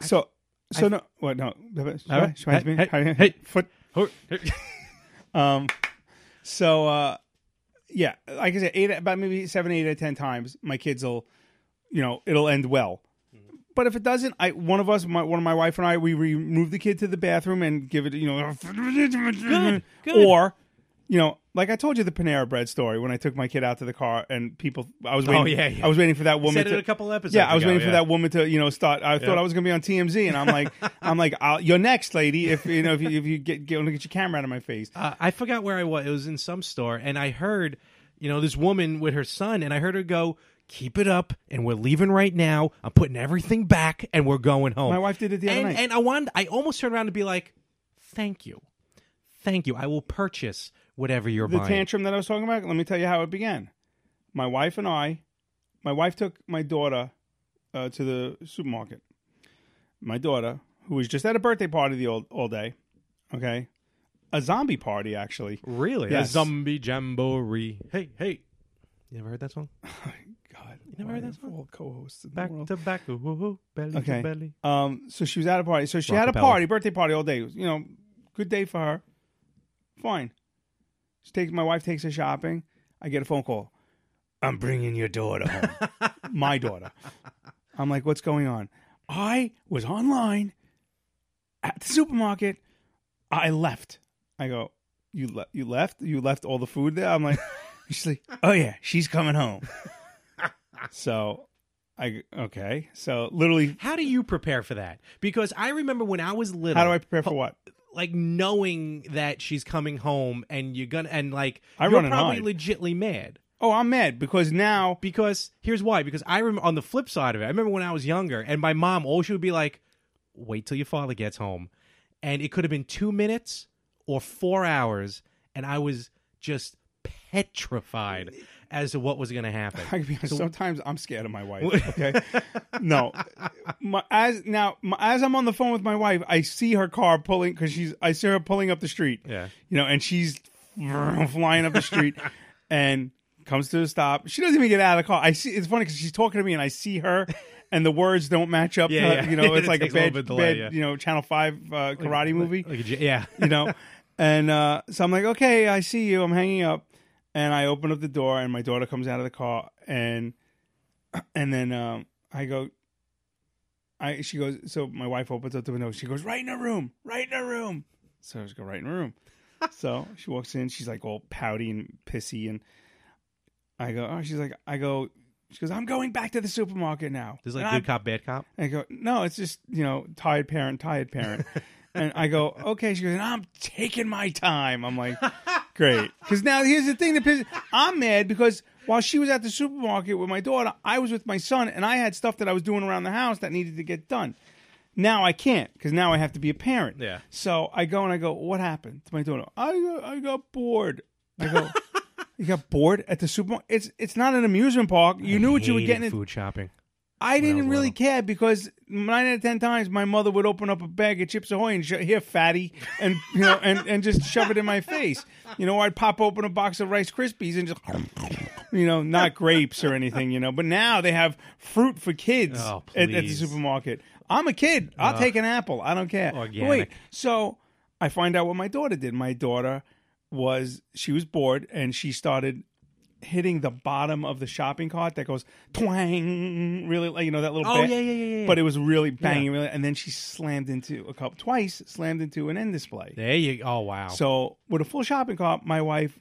S2: So. So no. What no?
S4: Uh, hey, hey, hey.
S2: Foot. Um. So. uh Yeah. Like I said, eight about maybe seven, eight, out of ten times, my kids will, you know, it'll end well.
S4: Mm-hmm.
S2: But if it doesn't, I one of us, my, one of my wife and I, we remove the kid to the bathroom and give it, you know,
S4: good.
S2: or. You know, like I told you the Panera Bread story when I took my kid out to the car and people, I was waiting.
S4: Oh, yeah, yeah.
S2: I was waiting for that woman.
S4: Said it
S2: to,
S4: a couple episodes
S2: Yeah, I was
S4: ago,
S2: waiting for
S4: yeah.
S2: that woman to you know start. I thought I was going to be on TMZ, and I'm like, I'm like, I'll, you're next, lady. If you know, if you, if you get get, get your camera out of my face.
S4: uh, I forgot where I was. It was in some store, and I heard, you know, this woman with her son, and I heard her go, "Keep it up, and we're leaving right now. I'm putting everything back, and we're going home."
S2: My wife did it the other
S4: Oh. and,
S2: night.
S4: and I wanted, I almost turned around to be like, "Thank you, thank you. I will purchase whatever you're
S2: the
S4: buying."
S2: tantrum that I was talking about. Let me tell you how it began. My wife and I, my wife took my daughter uh, to the supermarket. My daughter, who was just at a birthday party the all, all day, okay, a zombie party actually.
S4: really?
S2: Yes.
S4: A zombie jamboree. Hey, hey. You ever heard that song?
S2: God, you
S4: never heard that song?
S2: co-hosts in the
S4: Back
S2: world.
S4: to back, ooh, ooh, ooh, belly
S2: Okay.
S4: to belly.
S2: Um, so she was at a party. So she had a
S4: Rockabella.
S2: party, birthday party all day. It was, You know, good day for her. Fine. She takes my wife takes her shopping. I get a phone call. I'm bringing your daughter home. my daughter. I'm like, what's going on? I was online at the supermarket. I left. I go, you le- you left? You left all the food there? I'm like, she's like, oh yeah, she's coming home. so, I okay. So literally,
S4: How do you prepare for that? Because I remember when I was little.
S2: how do I prepare for what?
S4: like knowing that she's coming home and you're gonna and like
S2: I
S4: you're
S2: run and
S4: probably
S2: hide.
S4: legitly mad
S2: Oh, I'm mad because now
S4: because here's why because I remember on the flip side of it I remember when I was younger and my mom always would be like wait till your father gets home and it could have been 2 minutes or 4 hours and I was just petrified as to what was going to happen
S2: I can be honest. sometimes I'm scared of my wife. Okay, no. My, as now, my, as I'm on the phone with my wife, I see her car pulling because she's. I see her pulling up the street.
S4: Yeah.
S2: you know, and she's flying up the street and comes to a stop. She doesn't even get out of the car. I see. It's funny because she's talking to me and I see her. And the words don't match up.
S4: Yeah,
S2: to-
S4: yeah.
S2: You know,
S4: It
S2: it's like a
S4: takes a little
S2: bad,
S4: bit delay,
S2: bad,
S4: yeah.
S2: you know, Channel 5 uh, karate movie
S4: Like, yeah
S2: you know and uh, so i'm like okay i see you i'm hanging up and i open up the door and my daughter comes out of the car and and then um, i go i she goes so my wife opens up the window she goes right in her room right in her room so i just go right in her room so she walks in she's like all pouty and pissy and i go oh she's like i go she goes i'm going back to the supermarket now
S4: there's like
S2: And
S4: good
S2: I'm
S4: cop bad cop
S2: I go, no, it's just you know, tired parent, tired parent. and I go, okay. She goes, and I'm taking my time. I'm like, great. Because now here's the thing that pisses. I'm mad because while she was at the supermarket with my daughter, I was with my son, and I had stuff that I was doing around the house that needed to get done. Now I can't because now I have to be a parent.
S4: Yeah.
S2: So I go and I go, what happened to my daughter? I got- I got bored. I go. You got bored at the supermarket. It's it's not an amusement park. You knew what you were
S4: Hated
S2: getting. in-
S4: food shopping
S2: I didn't
S4: was
S2: really
S4: little.
S2: care because nine out of ten times my mother would open up a bag of Chips Ahoy and sh- here, fatty, and you know, and, and just shove it in my face. You know, or I'd pop open a box of Rice Krispies and just, you know, not grapes or anything. You know, but now they have fruit for kids
S4: Oh,
S2: at, at the
S4: please. Uh,
S2: supermarket. I'm a kid. I'll take an apple. I don't care. But Wait.
S4: Organic.
S2: So I find out what my daughter did. My daughter was she was bored and she started hitting the bottom of the shopping cart that goes twang, really, like, you know, that little
S4: Oh,
S2: bit.
S4: yeah, yeah, yeah, yeah.
S2: But it was really banging, really. And then she slammed into a cup twice, slammed into an end display.
S4: there you oh wow
S2: So with a full shopping cart, my wife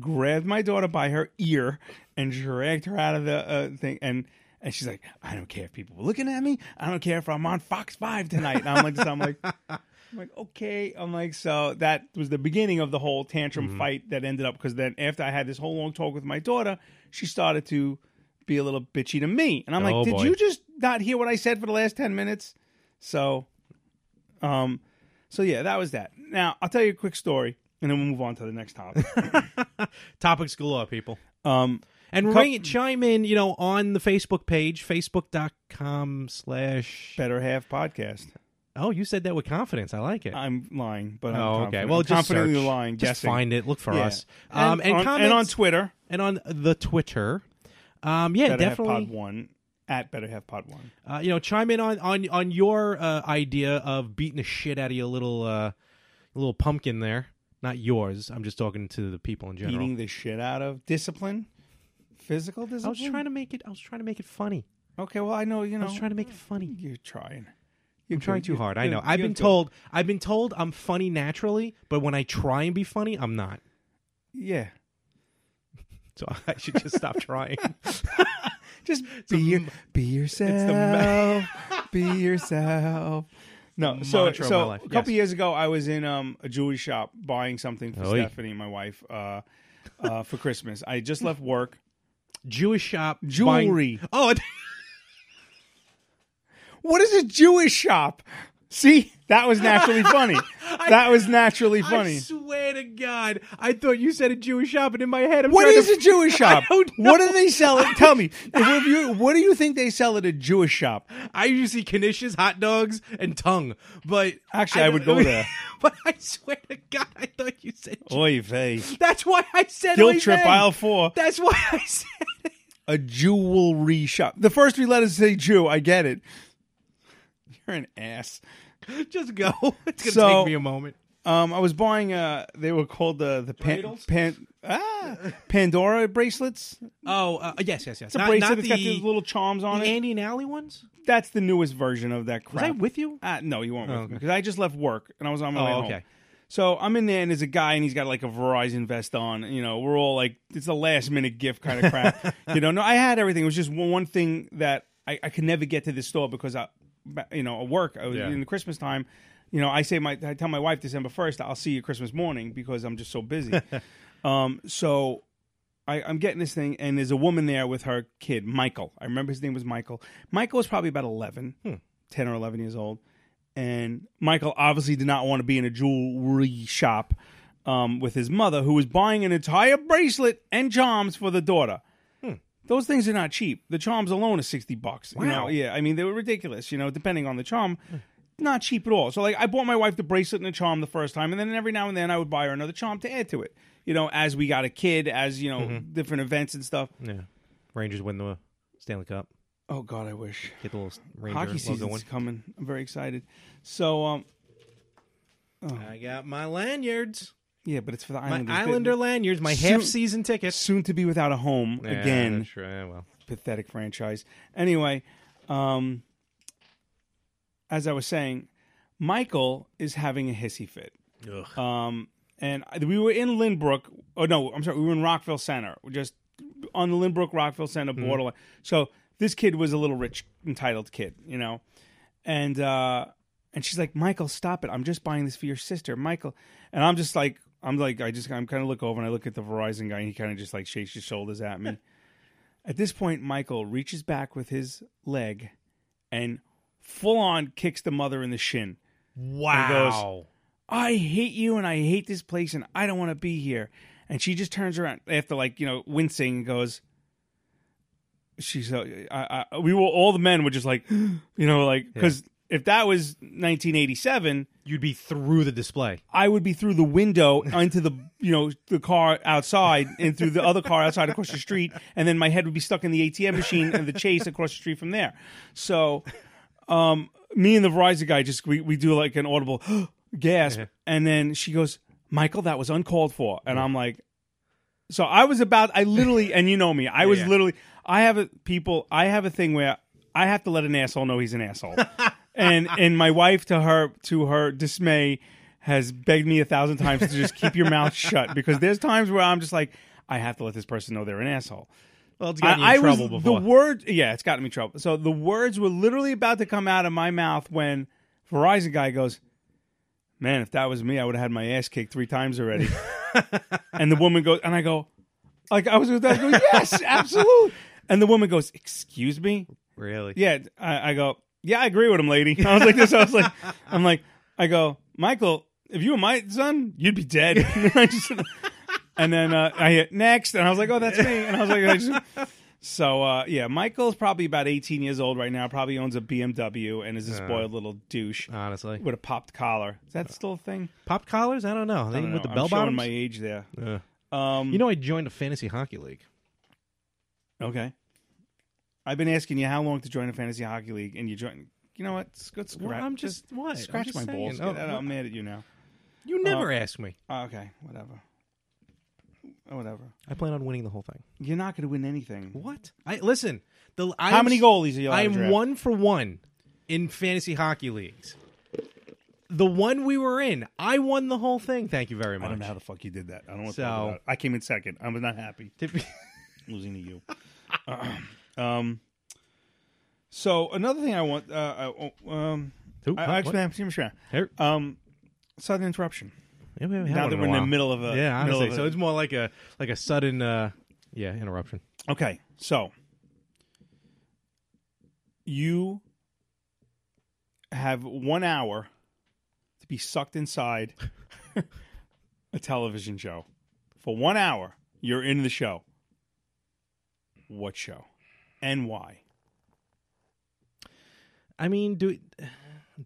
S2: grabbed my daughter by her ear and dragged her out of the uh, thing and. And she's like, I don't care if people are looking at me. I don't care if I'm on Fox Five tonight. And I'm like, so I'm like, I'm like, okay. I'm like, so that was the beginning of the whole tantrum
S4: Mm-hmm.
S2: fight that ended up because then after I had this whole long talk with my daughter, she started to be a little bitchy to me, and I'm
S4: Oh,
S2: like, did
S4: boy.
S2: you just not hear what I said for the last ten minutes? So, um, so yeah, that was that. Now I'll tell you a quick story, and then we'll move on to the next topic.
S4: topics galore people
S2: um,
S4: And
S2: Cou-
S4: ring, chime in, you know, on the Facebook page, facebook.com slash.
S2: better half podcast.
S4: Oh, you said that with confidence. I like it.
S2: I'm lying, but I'm
S4: oh, okay.
S2: confident.
S4: Well,
S2: I'm
S4: just
S2: confidently
S4: search.
S2: lying.
S4: Just
S2: guessing.
S4: find it. Look for
S2: Yeah.
S4: us. Um, and,
S2: on,
S4: comments
S2: and on Twitter,
S4: and on the Twitter. Um, yeah,
S2: better
S4: definitely.
S2: have pod one at better have pod one.
S4: uh, you know, chime in on on on your uh, idea of beating the shit out of your little uh, little pumpkin there. Not yours. I'm just talking to the people in general.
S2: Eating the shit out of discipline, physical discipline.
S4: I was trying to make it. I was trying to make it funny.
S2: Okay, well I know you know.
S4: I was trying to make it funny.
S2: You're trying.
S4: I'm
S2: You're
S4: trying
S2: good.
S4: too
S2: You're-
S4: hard. I know.
S2: you're-
S4: I've
S2: you're
S4: been
S2: good.
S4: told. I've been told I'm funny naturally, but when I try and be funny, I'm not.
S2: Yeah.
S4: So I should just stop trying.
S2: Just be your, be yourself. be yourself. No, so
S4: mantra of my
S2: so
S4: life.
S2: a couple
S4: Yes.
S2: years ago, I was in um, a jewelry shop buying something for
S4: Oy.
S2: Stephanie, my wife, uh, uh, for Christmas. I had just left work.
S4: Jewish shop buying-
S2: Jewelry.
S4: Oh,
S2: What is a Jewish shop? See, that was naturally funny. that was naturally funny.
S4: I swear to God, I thought you said a Jewish shop, and in my head, I'm
S2: What
S4: trying
S2: is
S4: to-
S2: a Jewish shop?
S4: don't know.
S2: What do they sell? It? Tell me. If you- what do you think they sell at a Jewish shop?
S4: I usually see knishes, hot dogs, and tongue. But
S2: Actually, I would go there.
S4: But I swear to God, I thought you said. Jew-
S2: Oy vey.
S4: That's why I said.
S2: Guilt
S4: Oy
S2: trip
S4: vey.
S2: aisle four.
S4: That's why I said. it.
S2: A jewelry shop. The first three letters say Jew. I get it. You're an ass.
S4: Just go. It's gonna
S2: So-
S4: take me a moment.
S2: Um, I was buying. Uh, they were called the the pan, pan, ah, Pandora bracelets.
S4: Oh uh, yes, yes, yes.
S2: It's a
S4: not,
S2: bracelet.
S4: not
S2: that's
S4: the
S2: got these little charms on
S4: the
S2: it.
S4: Andy and Alley ones.
S2: That's the newest version of that
S4: Was
S2: crap.
S4: I with you?
S2: Uh, no, you weren't
S4: Oh,
S2: with
S4: okay.
S2: because I just left work and I was on my way
S4: Oh,
S2: home.
S4: okay.
S2: So I'm in there and there's a guy and he's got like a Verizon vest on. You know, we're all like, it's a last minute gift kind of crap. you know, no, I had everything. It was just one, one thing that I, I could never get to this store because I, ba- you know, at work I was,
S4: Yeah.
S2: in the Christmas time. You know, I say my, I tell my wife December first, I'll see you Christmas morning because I'm just so busy. um, so I, I'm getting this thing, and there's a woman there with her kid, Michael. I remember his name was Michael. Michael was probably about 11, 10 or 11 years old. And Michael obviously did not want to be in a jewelry shop um, with his mother, who was buying an entire bracelet and charms for the daughter.
S4: Hmm.
S2: Those things are not cheap. The charms alone are 60 bucks. You know?
S4: Wow. Hmm.
S2: Yeah, I mean, they were ridiculous, you know, depending on the charm. Not cheap at all. So, like, I bought my wife the bracelet and the charm the first time, and then every now and then I would buy her another charm to add to it. You know, as we got a kid, as, you know, different events and stuff.
S4: Mm-hmm. Yeah. Rangers win the Stanley Cup.
S2: Oh, God, I wish.
S4: Get the little Ranger
S2: Hockey
S4: logo
S2: season's coming. I'm very excited. So, um,
S4: I got my lanyards.
S2: yeah, but it's for the
S4: My
S2: Islanders. They-
S4: Islander lanyards, my
S2: Soon-
S4: half season tickets.
S2: Soon to be without a home again.
S4: Sure, well.
S2: pathetic franchise. Anyway, um, as I was saying, Michael is having a hissy fit. Um, and I- we were in Lynbrook. Oh no, I'm sorry. We were in Rockville Center. We're just on the Lynbrook Rockville Center borderline. So this kid was a little rich, entitled kid, you know. And uh, and she's like, Michael, stop it. I'm just buying this for your sister, Michael. And I'm just like, I'm like, I just, I'm kind of look over and I look at the Verizon guy, and he kind of just like shakes his shoulders at me. At this point, Michael reaches back with his leg and full on kicks the mother in the shin.
S4: Wow.
S2: I hate you and I hate this place and I don't want to be here. And she just turns around after like, you know, wincing and goes, she's, uh, I, I, we were, all the men were just like, you know, like, because if that was 1987,
S4: You'd be through the display.
S2: I would be through the window onto the you know the car outside and through the other car outside across the street, and then my head would be stuck in the ATM machine and the chase across the street from there. So, um, me and the Verizon guy just we, we do like an audible gasp, and then she goes, "Michael, that was uncalled for," and I'm like, so I was about I literally and you know me, I was literally I have a people I have a thing where I have to let an asshole know he's an asshole. and and my wife to her to her dismay has begged me a thousand times to just keep your mouth shut because there's times where I'm just like I have to let this person know they're an asshole.
S4: Well, it's
S2: I, I was the word yeah, it's gotten me in trouble. So the words were literally about to come out of my mouth when Verizon guy goes, Man, if that was me, I would have had my ass kicked three times already. and the woman goes, and I go, like I was with that, I go, yes, absolutely. And the woman goes, excuse me?
S4: really?
S2: Yeah. I, I go, yeah, I agree with him, lady. I was like this. I was like, I'm like, I go, Michael, if you were my son, you'd be dead. and I just- and then uh, I hit next, and I was like, oh, that's me. And I was like, I just, So uh, yeah, Michael's probably about 18 years old right now. Probably owns a BMW and is a
S4: Uh,
S2: spoiled little douche
S4: Honestly,
S2: with a popped collar. Is that still a thing?
S4: pop collars. I don't know. They
S2: I don't
S4: uh, with the
S2: know.
S4: bell
S2: I'm showing
S4: bottoms.
S2: my age there.
S4: Yeah.
S2: Um,
S4: You know, I joined a fantasy hockey league.
S2: okay. I've been asking you how long to join a fantasy hockey league, and you join. You know what? Sc-
S4: Well,
S2: scra-
S4: I'm just- what? I'm
S2: Scratch
S4: just
S2: my
S4: saying.
S2: balls.
S4: Oh,
S2: Get out.
S4: what?
S2: I'm mad at you now.
S4: You never ask me.
S2: Uh, okay, whatever. Oh, Whatever.
S4: I plan on winning the whole thing.
S2: You're not going to win anything.
S4: What? I listen. The
S2: How
S4: I'm-
S2: many goalies are you? allowed to
S4: I'm
S2: draft?
S4: one for one in fantasy hockey leagues. The one we were in, I won the whole thing. Thank you very
S2: I don't know how
S4: much.
S2: the fuck you did that. I don't want to
S4: So-
S2: talk about it. I came in second. I was not happy losing to you. um. So another thing I want. Uh, I, oh, um.
S4: Who?
S2: I,
S4: Huh?
S2: I actually,
S4: What?
S2: I'm sure.
S4: Here.
S2: Um. Sudden interruption.
S4: Yeah, we haven't had
S2: Now
S4: one
S2: that
S4: in
S2: we're
S4: a
S2: in the
S4: while.
S2: middle of a
S4: yeah,
S2: middle
S4: honestly.
S2: of a-
S4: so it's more like a like a sudden uh yeah interruption.
S2: Okay, so you have one hour to be sucked inside a television show. For one hour, you're in the show. What show and why?
S4: I mean, do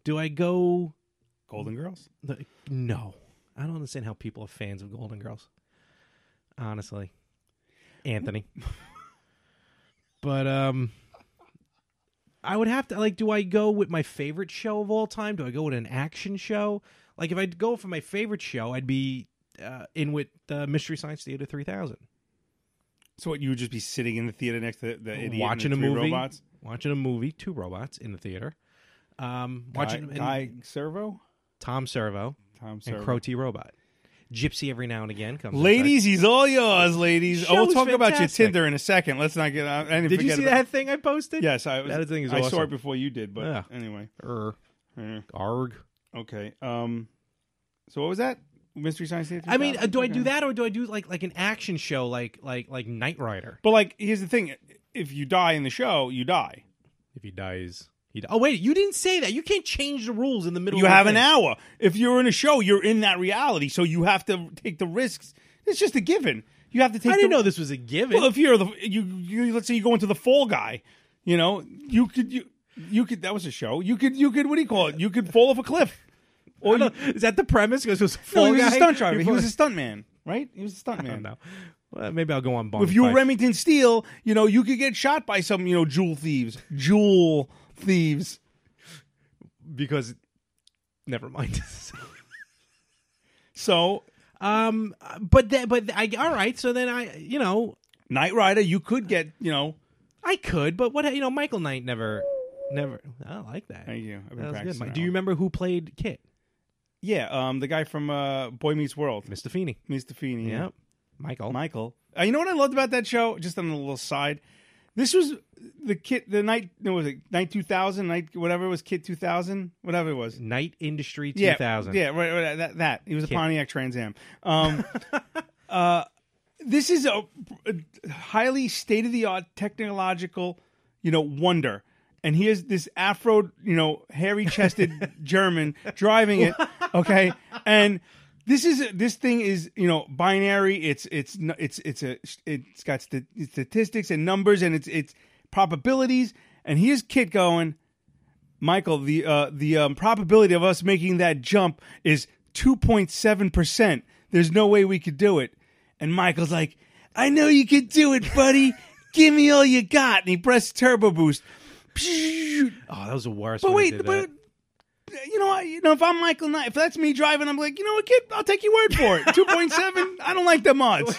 S4: do I go?
S2: Golden Girls.
S4: The, no, I don't understand how people are fans of Golden Girls. Honestly, Anthony. but um, I would have to like. Do I go with my favorite show of all time? Do I go with an action show? Like, if I'd go for my favorite show, I'd be uh, in with uh, Mystery Science Theater three thousand,
S2: So what? You would just be sitting in the theater next to the, the idiot
S4: watching a
S2: and the three
S4: movie,
S2: robots.
S4: watching a movie, two robots in the theater, um, watching
S2: Guy,
S4: and
S2: Guy Servo.
S4: Tom Servo
S2: Tom
S4: and
S2: Servo.
S4: Crow T Robot. Gypsy every now and again comes. in.
S2: Ladies, he's all yours, ladies.
S4: Show
S2: Oh, we'll
S4: is
S2: talk about your
S4: fantastic.
S2: Tinder in a second. Let's not get. I, I didn't
S4: Did you
S2: forget
S4: see
S2: about-
S4: that thing I posted?
S2: Yes, I was.
S4: That thing is
S2: I saw
S4: awesome.
S2: it before you did, but
S4: Yeah.
S2: anyway.
S4: Er,
S2: Yeah.
S4: arg.
S2: Okay. Um. So what was that? Mystery Science Theater.
S4: I mean,
S2: 3000?
S4: uh, do I do
S2: Okay.
S4: that or do I do like like an action show like like like Knight Rider?
S2: But like, here's the thing: if you die in the show, you die.
S4: If he dies, he. Oh wait, you didn't say that. You can't change the rules in the middle.
S2: You
S4: of the
S2: have an
S4: thing.
S2: hour. If you're in a show, you're in that reality, so you have to take the risks. It's just a given. You have to take.
S4: I didn't
S2: the,
S4: know this was a given.
S2: Well, if you're the you, you let's say you go into the Fall Guy, you know, you could you you could that was a show. You could you could what do you call it? You could fall off a cliff.
S4: I don't- is that the premise? Because it was a
S2: No,
S4: full
S2: he was a
S4: guy.
S2: stunt driver.
S4: You
S2: He was a
S4: full-
S2: stunt man, right? He was a stunt
S4: I
S2: man.
S4: don't know. Well, maybe I'll go on. Bonnie
S2: if you were
S4: Fife.
S2: Remington Steele, you know, you could get shot by some, you know, jewel thieves. Jewel thieves.
S4: because never mind.
S2: So,
S4: um, uh, but then, but I all right. So then I, you know,
S2: Knight Rider, you could get, you know.
S4: I could, but what you know, Michael Knight never, never. I like that.
S2: Thank you. I've been
S4: That was good,
S2: practicing
S4: Mike.
S2: that
S4: Do you
S2: one.
S4: remember who played Kit?
S2: Yeah, um, the guy from uh, Boy Meets World,
S4: Mr. Feeney.
S2: Mr. Feeney.
S4: Yep. Michael.
S2: Michael. Uh, you know what I loved about that show? Just on the little side, this was the kid, the night, no, was it night two thousand, night whatever it was, kid two thousand, whatever it was.
S4: Night Industry
S2: Yeah,
S4: 2000.
S2: Yeah, right, right, that, that. He was a
S4: Kid.
S2: Pontiac Trans Am. Um, uh, this is a, a highly state of the art technological, you know, wonder. And here's this Afro, you know, hairy chested German driving it. Okay, and this is this thing is you know binary. It's it's n- it's it's a it's got st- statistics and numbers and it's it's probabilities. And here's Kit going. Michael, the uh, the um, probability of us making that jump is 2.7 percent. There's no way we could do it. And Michael's like, I know you could do it, buddy. Give me all you got. And he pressed turbo boost.
S4: Oh, that was the worst.
S2: But
S4: when they
S2: wait,
S4: did
S2: but
S4: that.
S2: you know, I, you know, if I'm Michael Knight, if that's me driving, I'm like, you know what, kid, I'll take your word for it. Two point seven. I don't like them odds.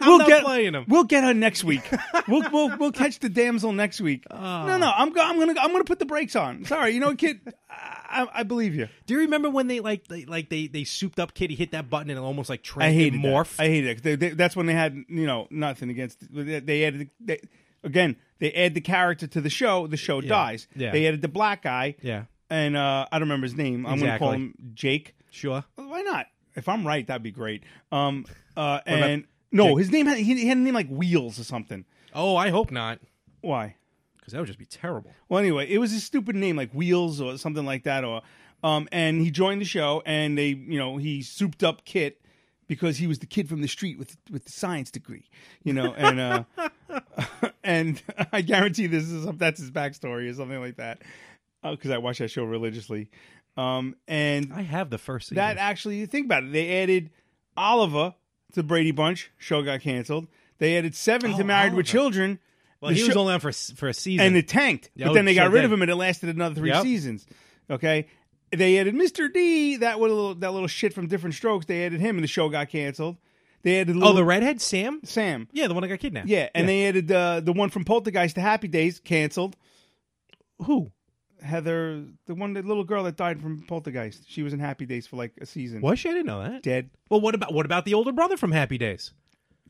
S2: We'll
S4: not
S2: get
S4: playing 'em.
S2: We'll get her next week. we'll, we'll we'll catch the damsel next week.
S4: Oh.
S2: No, no, I'm go, I'm gonna I'm gonna put the brakes on. Sorry, you know, what, kid, I, I- I believe you.
S4: do you remember when they like they, like they they souped up Kitty, hit that button, and it almost like
S2: I
S4: trans-
S2: hate
S4: it
S2: morph.
S4: morphed?
S2: I hate it. They, they, that's when they had you know nothing against. They, they added they, again. They add the character to the show. The show dies.
S4: Yeah.
S2: They added the black guy.
S4: Yeah.
S2: And uh, I don't remember his name. I'm gonna call
S4: Exactly.
S2: him Jake.
S4: Sure.
S2: Why not? If I'm right, that'd be great. Um, uh,
S4: about
S2: and no, his name had, he he had a name like Wheels or something.
S4: Oh, I hope not,
S2: Why?
S4: because that would just be terrible.
S2: Well, anyway, it was a stupid name like Wheels or something like that. Or, um, and he joined the show, and they, you know, he souped up Kit because he was the kid from the street with with the science degree, you know, and uh, and I guarantee this is that's his backstory or something like that, because I watch that show religiously. Um, and
S4: I have the first season.
S2: that actually, you think about it, they added Oliver to Brady Bunch. Show got canceled. They added Seven to
S4: Oh,
S2: Married with
S4: Oliver.
S2: Children.
S4: well,
S2: the
S4: he was
S2: show-
S4: only on for s- for a season.
S2: and it tanked.
S4: Yeah,
S2: but then
S4: it
S2: they
S4: sure
S2: got rid
S4: did.
S2: of him, and it lasted another three
S4: Yep.
S2: seasons. Okay, they added Mr. D, that little that little shit from Different Strokes. They added him, and the show got canceled. They added
S4: oh,
S2: little
S4: the redhead Sam.
S2: Sam,
S4: Yeah, the one that got kidnapped.
S2: yeah, and they added uh, the one from Poltergeist to Happy Days, canceled.
S4: who?
S2: Heather, the one, the little girl that died from Poltergeist, she was in Happy Days for like a season.
S4: Why should I didn't know that?
S2: Dead.
S4: Well, what about what about the older brother from Happy Days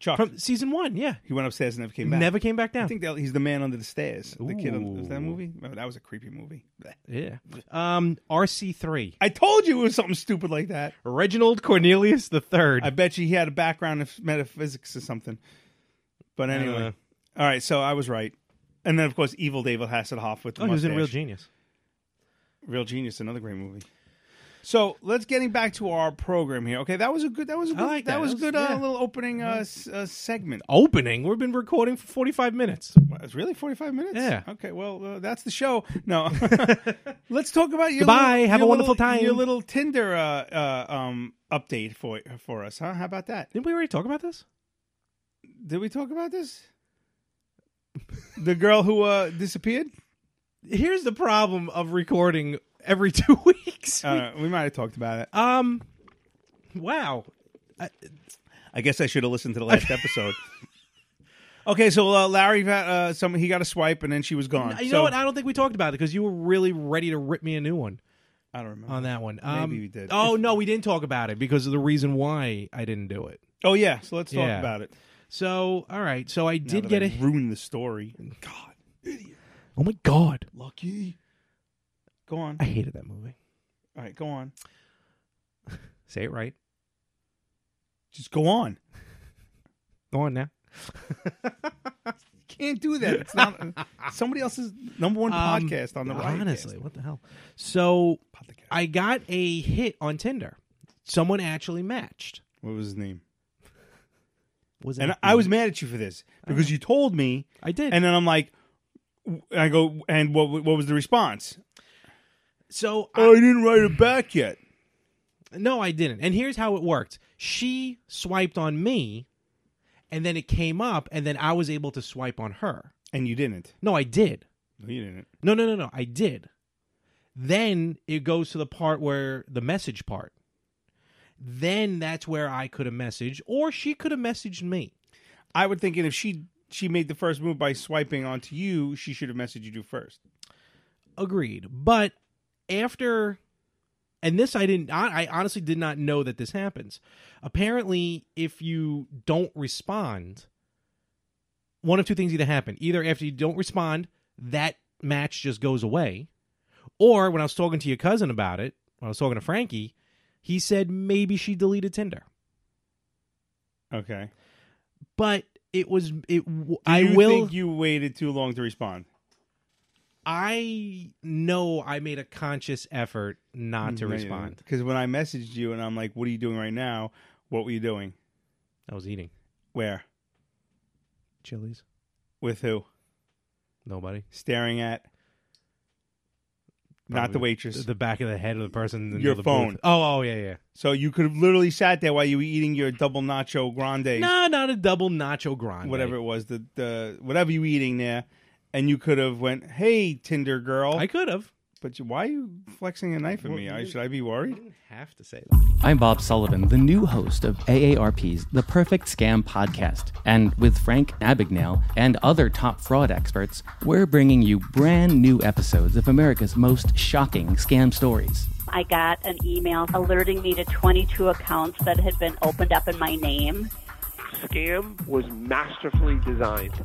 S2: Chuck.
S4: from season one? Yeah,
S2: he went upstairs and never came back.
S4: never came back down.
S2: I think that he's the man under the stairs. The kid on, was
S4: Ooh.
S2: that movie? Remember, that was a creepy movie. Blech.
S4: yeah. Um, RC three.
S2: I told you it was something stupid like that.
S4: Reginald Cornelius the Third. Oh,
S2: I bet you he had a background in metaphysics or something. But anyway,
S4: Anyway.
S2: all right. So I was right, and then of course, Evil David Hasselhoff with the
S4: Oh, he was in Real
S2: mustache.
S4: Genius.
S2: Real Genius, another great movie. So let's getting back to our program here. Okay, that was a good. That was a
S4: I
S2: good.
S4: like that.
S2: was a
S4: That was-
S2: good
S4: yeah. Uh-huh.
S2: uh, little opening uh, s- uh, segment.
S4: Opening. We've been recording for forty five minutes.
S2: Wow, It's really forty five minutes.
S4: Yeah.
S2: Okay. Well, uh, that's the show. No. let's talk about your
S4: Goodbye,
S2: little-
S4: have a
S2: your
S4: wonderful
S2: little-
S4: time.
S2: Your little Tinder uh, uh, um, update for for us, huh? How about that?
S4: Didn't we already talk about this?
S2: Did we talk about this? the girl who uh, disappeared?
S4: Here's the problem of recording every two weeks.
S2: Uh, we might have talked about it.
S4: um, wow.
S2: I guess I should have listened to the last episode. Okay, so uh, Larry, uh, some he got a swipe and then she was gone.
S4: You
S2: So-
S4: know what? I don't think we talked about it because you were really ready to rip me a new one
S2: I don't remember
S4: on that one.
S2: Maybe
S4: Um,
S2: we did.
S4: Oh no, we didn't talk about it because of the reason why I didn't do it.
S2: Oh yeah, so let's talk
S4: Yeah.
S2: about it.
S4: So all right, so I
S2: Now
S4: did
S2: that
S4: get
S2: I
S4: a.
S2: ruin the story. God,
S4: oh my god,
S2: lucky. Go on.
S4: I hated that movie.
S2: All right, go on.
S4: Say it right.
S2: Just go on.
S4: Go on now.
S2: Can't do that. It's not somebody else's number one
S4: Um,
S2: podcast on the right.
S4: honestly, what the hell? So I got a hit on Tinder. Someone actually matched.
S2: What was his name?
S4: Was
S2: And
S4: that Uh-huh.
S2: I was
S4: me?
S2: mad at you for this because you told me
S4: I did.
S2: And then I'm like, I go, and what what was the response?
S4: so
S2: Oh, I
S4: I,
S2: didn't write it back yet.
S4: no, I didn't. And here's how it worked. She swiped on me, and then it came up, and then I was able to swipe on her.
S2: And you didn't.
S4: No, I did.
S2: No, you didn't.
S4: No, no, no, no. I did. Then it goes to the part where the message part. Then that's where I could have messaged, or she could have messaged me.
S2: I would think that if she she made the first move by swiping onto you, she should have messaged you first.
S4: Agreed. But after, and this I didn't, I, I honestly did not know that this happens. Apparently, if you don't respond, one of two things either happen. Either after you don't respond, that match just goes away. Or when I was talking to your cousin about it, when I was talking to Frankie, he said maybe she deleted Tinder.
S2: Okay.
S4: But it was, it, w I I
S2: you
S4: will.
S2: Think you waited too long to respond.
S4: I know I made a conscious effort
S2: Mm,
S4: not to respond.
S2: because when I messaged you and I'm like, "What are you doing right now? What were you doing?
S4: I was eating
S2: Where?
S4: chilies.
S2: With who?
S4: Nobody.
S2: Staring at? Not the
S4: Probably
S2: waitress.
S4: The back of the head of the person. in
S2: Your
S4: the
S2: phone.
S4: booth. Oh, oh yeah, yeah.
S2: so you could have literally sat there while you were eating your double nacho grande.
S4: No, not a double nacho grande.
S2: whatever it was, the the whatever you were eating there, and you could have went, "Hey, Tinder girl,"
S4: I could have.
S2: but you- why are you flexing a knife at me? I, should I be worried?
S4: Didn't have to say that.
S5: I'm Bob Sullivan, the new host of AARP's The Perfect Scam Podcast. And with Frank Abagnale and other top fraud experts, we're bringing you brand new episodes of America's most shocking scam stories.
S6: I got an email alerting me to 22 accounts that had been opened up in my name.
S7: Scam was masterfully designed.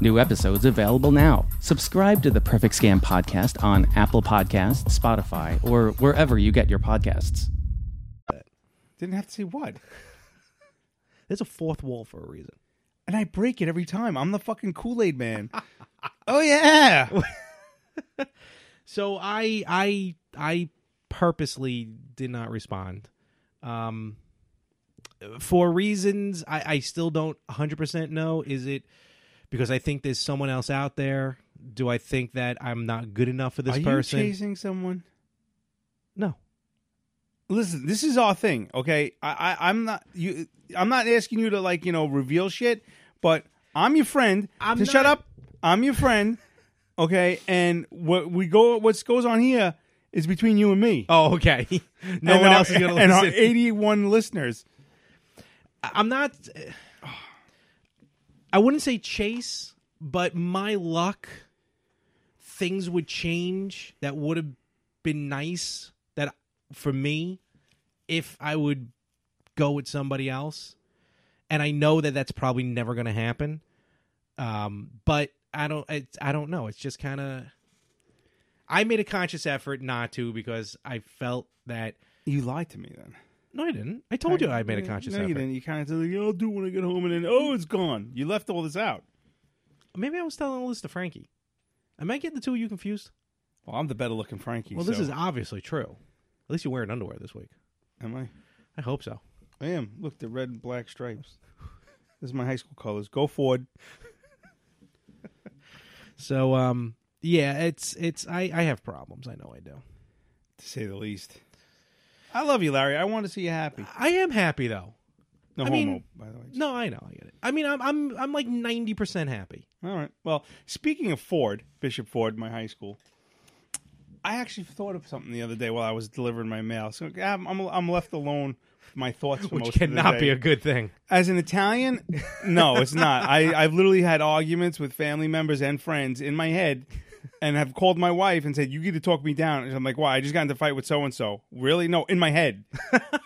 S5: New episodes available now. Subscribe to the Perfect Scam podcast on Apple Podcasts, Spotify, or wherever you get your podcasts.
S2: Didn't have to say what.
S4: There's a fourth wall for a reason.
S2: And I break it every time. I'm the fucking Kool Aid man. oh yeah.
S4: So I I I purposely did not respond. Um for reasons I, I still don't 100% know. Is it because I think there's someone else out there? Do I think that I'm not good enough for this
S2: Are
S4: person?
S2: you chasing someone?
S4: no.
S2: Listen, this is our thing, okay? I, I I'm not you. I'm not asking you to like you know reveal shit, but I'm your friend.
S4: I'm
S2: So shut
S4: not-
S2: up. I'm your friend, okay? And what we go, what goes on here is between you and me.
S4: Oh, okay. no
S2: And
S4: one
S2: our-
S4: else is going to listen.
S2: And our 81 listeners.
S4: I'm not. I wouldn't say chase, but my luck, things would change that would have been nice that for me if I would go with somebody else. And I know that that's probably never going to happen. Um, but I don't. It's, I don't know. It's just kind of. I made a conscious effort not to because I felt that.
S2: You lied to me then.
S4: No, I didn't. I told you I made a conscious
S2: no,
S4: effort.
S2: you didn't. You kind of said, like, I'll do when I get home, and then, oh, it's gone. You left all this out.
S4: Maybe I was telling all this to Frankie. Am I getting the two of you confused?
S2: Well, I'm the better looking Frankie.
S4: Well, this
S2: so-
S4: is obviously true. At least you're wearing underwear this week.
S2: Am I?
S4: I hope so.
S2: I am. Look, the red and black stripes. This is my high school colors. Go forward.
S4: So, um, yeah, it's it's. I I have problems. I know I do.
S2: to say the least. I love you, Larry. I want to see you happy.
S4: I am happy though.
S2: No
S4: I
S2: homo,
S4: mean-
S2: by the way.
S4: No, I know. I get it. I mean, I'm I'm I'm like ninety percent happy.
S2: All right. Well, speaking of Ford, Bishop Ford, my high school, I actually thought of something the other day while I was delivering my mail. So I'm, I'm, I'm left alone with my thoughts for
S4: Which
S2: most of the
S4: cannot
S2: day.
S4: be a good thing.
S2: As an Italian, no, it's not. I, I've literally had arguments with family members and friends in my head and have called my wife and said, You need to talk me down. And I'm like, Why? I just got into a fight with so and so. Really? No, in my head.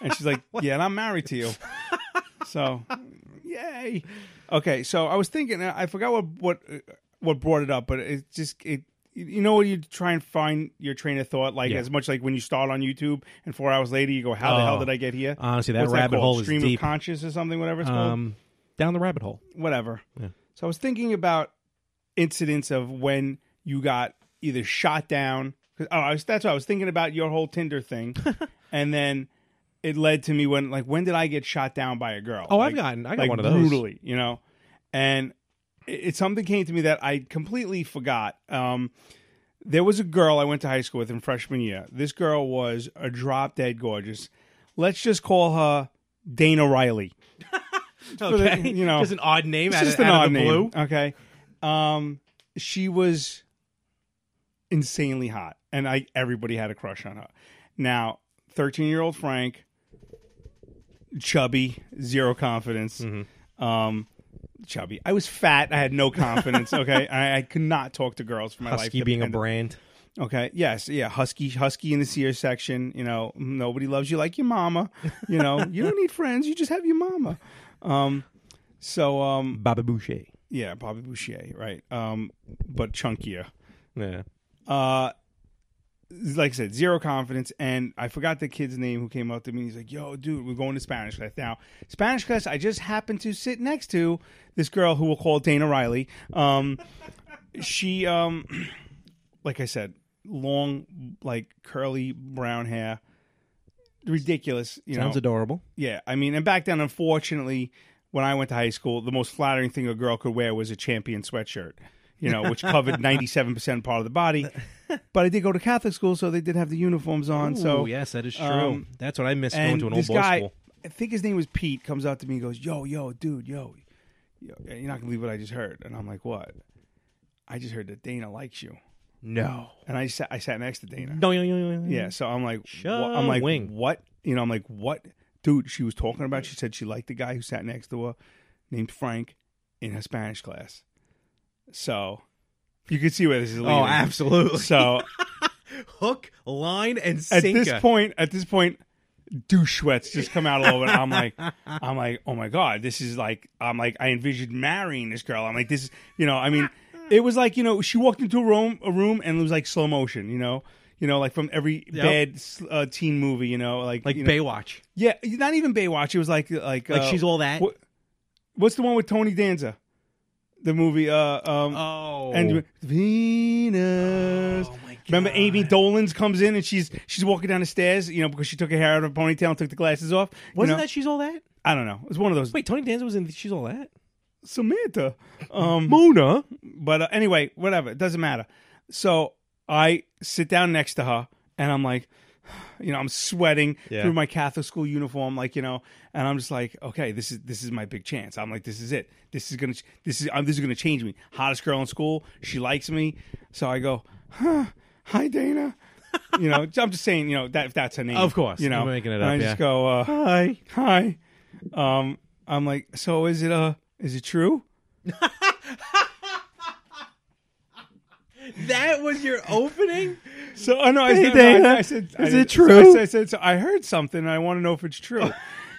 S2: And she's like, Yeah, and I'm married to you. So, yay. Okay, so I was thinking, I forgot what what uh, what brought it up, but it just it. You know when you try and find your train of thought, like
S4: Yeah.
S2: as much like when you start on YouTube and four hours later you go, "How the hell
S4: Oh.
S2: did I get here?"
S4: Honestly, that
S2: What's
S4: rabbit
S2: called?
S4: hole is
S2: Stream
S4: deep.
S2: of conscious or something, whatever it's called
S4: Um, down the rabbit hole.
S2: whatever. So I was thinking about incidents of when you got either shot down. 'cause- oh, I was, that's what I was thinking about your whole Tinder thing, and then it led to me when like when did I get shot down by a girl?
S4: Oh, I've
S2: Like-
S4: gotten- I got
S2: like
S4: one of those.
S2: brutally, you know. And it, it something came to me that I completely forgot. Um, there was a girl I went to high school with in freshman year. This girl was a drop dead gorgeous. Let's just call her Dana Riley. for the-
S4: Okay,
S2: you know,
S4: just an odd name
S2: it's
S4: out,
S2: just an
S4: of, out
S2: odd
S4: of the
S2: name.
S4: blue.
S2: Okay. Um, she was insanely hot, and I everybody had a crush on her. Now, thirteen year old Frank, chubby, zero confidence. Um, chubby. I was fat. I had no confidence. Okay, I, I could not talk to girls for my life.
S4: Husky being a
S2: depended-
S4: brand.
S2: Okay. Yes. Yeah. Husky, husky in the seer section. You know, "Mm, nobody loves you like your mama. You know, you don't need friends. You just have your mama. Um, so, um,
S4: Baba Boucher.
S2: yeah, Bobby Boucher, right? Um, but chunkier.
S4: Yeah.
S2: Uh, like I said, zero confidence, and I forgot the kid's name who came up to me. He's like, "Yo, dude, we're going to Spanish class now." Spanish class. I just happened to sit next to this girl who we'll call Dana Riley. Um, she, um, like I said, long, like curly brown hair, ridiculous. You
S4: Sounds
S2: know,
S4: adorable.
S2: yeah, I mean, and back then, unfortunately, when I went to high school, the most flattering thing a girl could wear was a champion sweatshirt, you know, which covered ninety-seven percent part of the body. But I did go to Catholic school, so they did have the uniforms on. so
S4: Ooh, yes, that is true.
S2: um,
S4: That's what I missed going
S2: and
S4: to an old
S2: this
S4: boy
S2: guy,
S4: school.
S2: I think his name was Pete, comes up to me and goes, "Yo, yo, dude, yo, yo, you're not gonna believe what I just heard." And I'm like, "What?" I just heard that Dana likes you,
S4: No.
S2: and I sat, I sat next to Dana.
S4: No, no, no, no.
S2: Yeah, so I'm like, wha- I'm like,
S4: Showing.
S2: what? You know, I'm like, what? Dude, she was talking about. She said she liked the guy who sat next to her, named Frank, in her Spanish class. So, you can see where this is leading.
S4: Oh, absolutely.
S2: So
S4: Hook, line, and
S2: at
S4: sinker.
S2: this point, at this point, douche sweats just come out a little bit. I'm like, I'm like, oh my god, this is like, I'm like, I envisioned marrying this girl. I'm like, this is, you know, I mean, it was like, you know, she walked into a room, a room, and it was like slow motion, you know. You know, like from every
S4: Yep.
S2: bad uh, teen movie, you know, like
S4: like
S2: you know-
S4: Baywatch.
S2: yeah, not even Baywatch. It was like like
S4: Like
S2: uh,
S4: she's all that.
S2: wha- what's the one with Tony Danza? The movie uh um
S4: oh,
S2: and Venus.
S4: Oh, my
S2: Remember
S4: God.
S2: Amy Dolans comes in and she's she's walking down the stairs, you know, because she took her hair out of her ponytail and took the glasses off. you
S4: wasn't
S2: know?
S4: that she's all that?
S2: I don't know. It was one of those
S4: Wait, Tony Danza was in She's All That.
S2: Samantha, um, Mona. But uh, anyway, whatever. It doesn't matter. So I sit down next to her, and I'm like, you know, I'm sweating
S4: Yeah.
S2: through my Catholic school uniform, like you know, and I'm just like, okay, this is this is my big chance. I'm like, this is it. This is gonna ch- this is um, this is gonna change me. Hottest girl in school. She likes me. So I go, huh, hi Dana. you know, I'm just saying, you know, that that's her name.
S4: Of course.
S2: you know,
S4: We're making it
S2: And
S4: up,
S2: I just
S4: yeah.
S2: go, uh, hi, hi. Um, I'm like, so is it uh, is it true?
S4: That was your opening.
S2: So oh, I know I said,
S5: Dana,
S2: I, I said
S5: is
S2: I-
S5: it
S2: so
S5: true?
S2: I said, I said, so I heard something. and I want to know if it's true.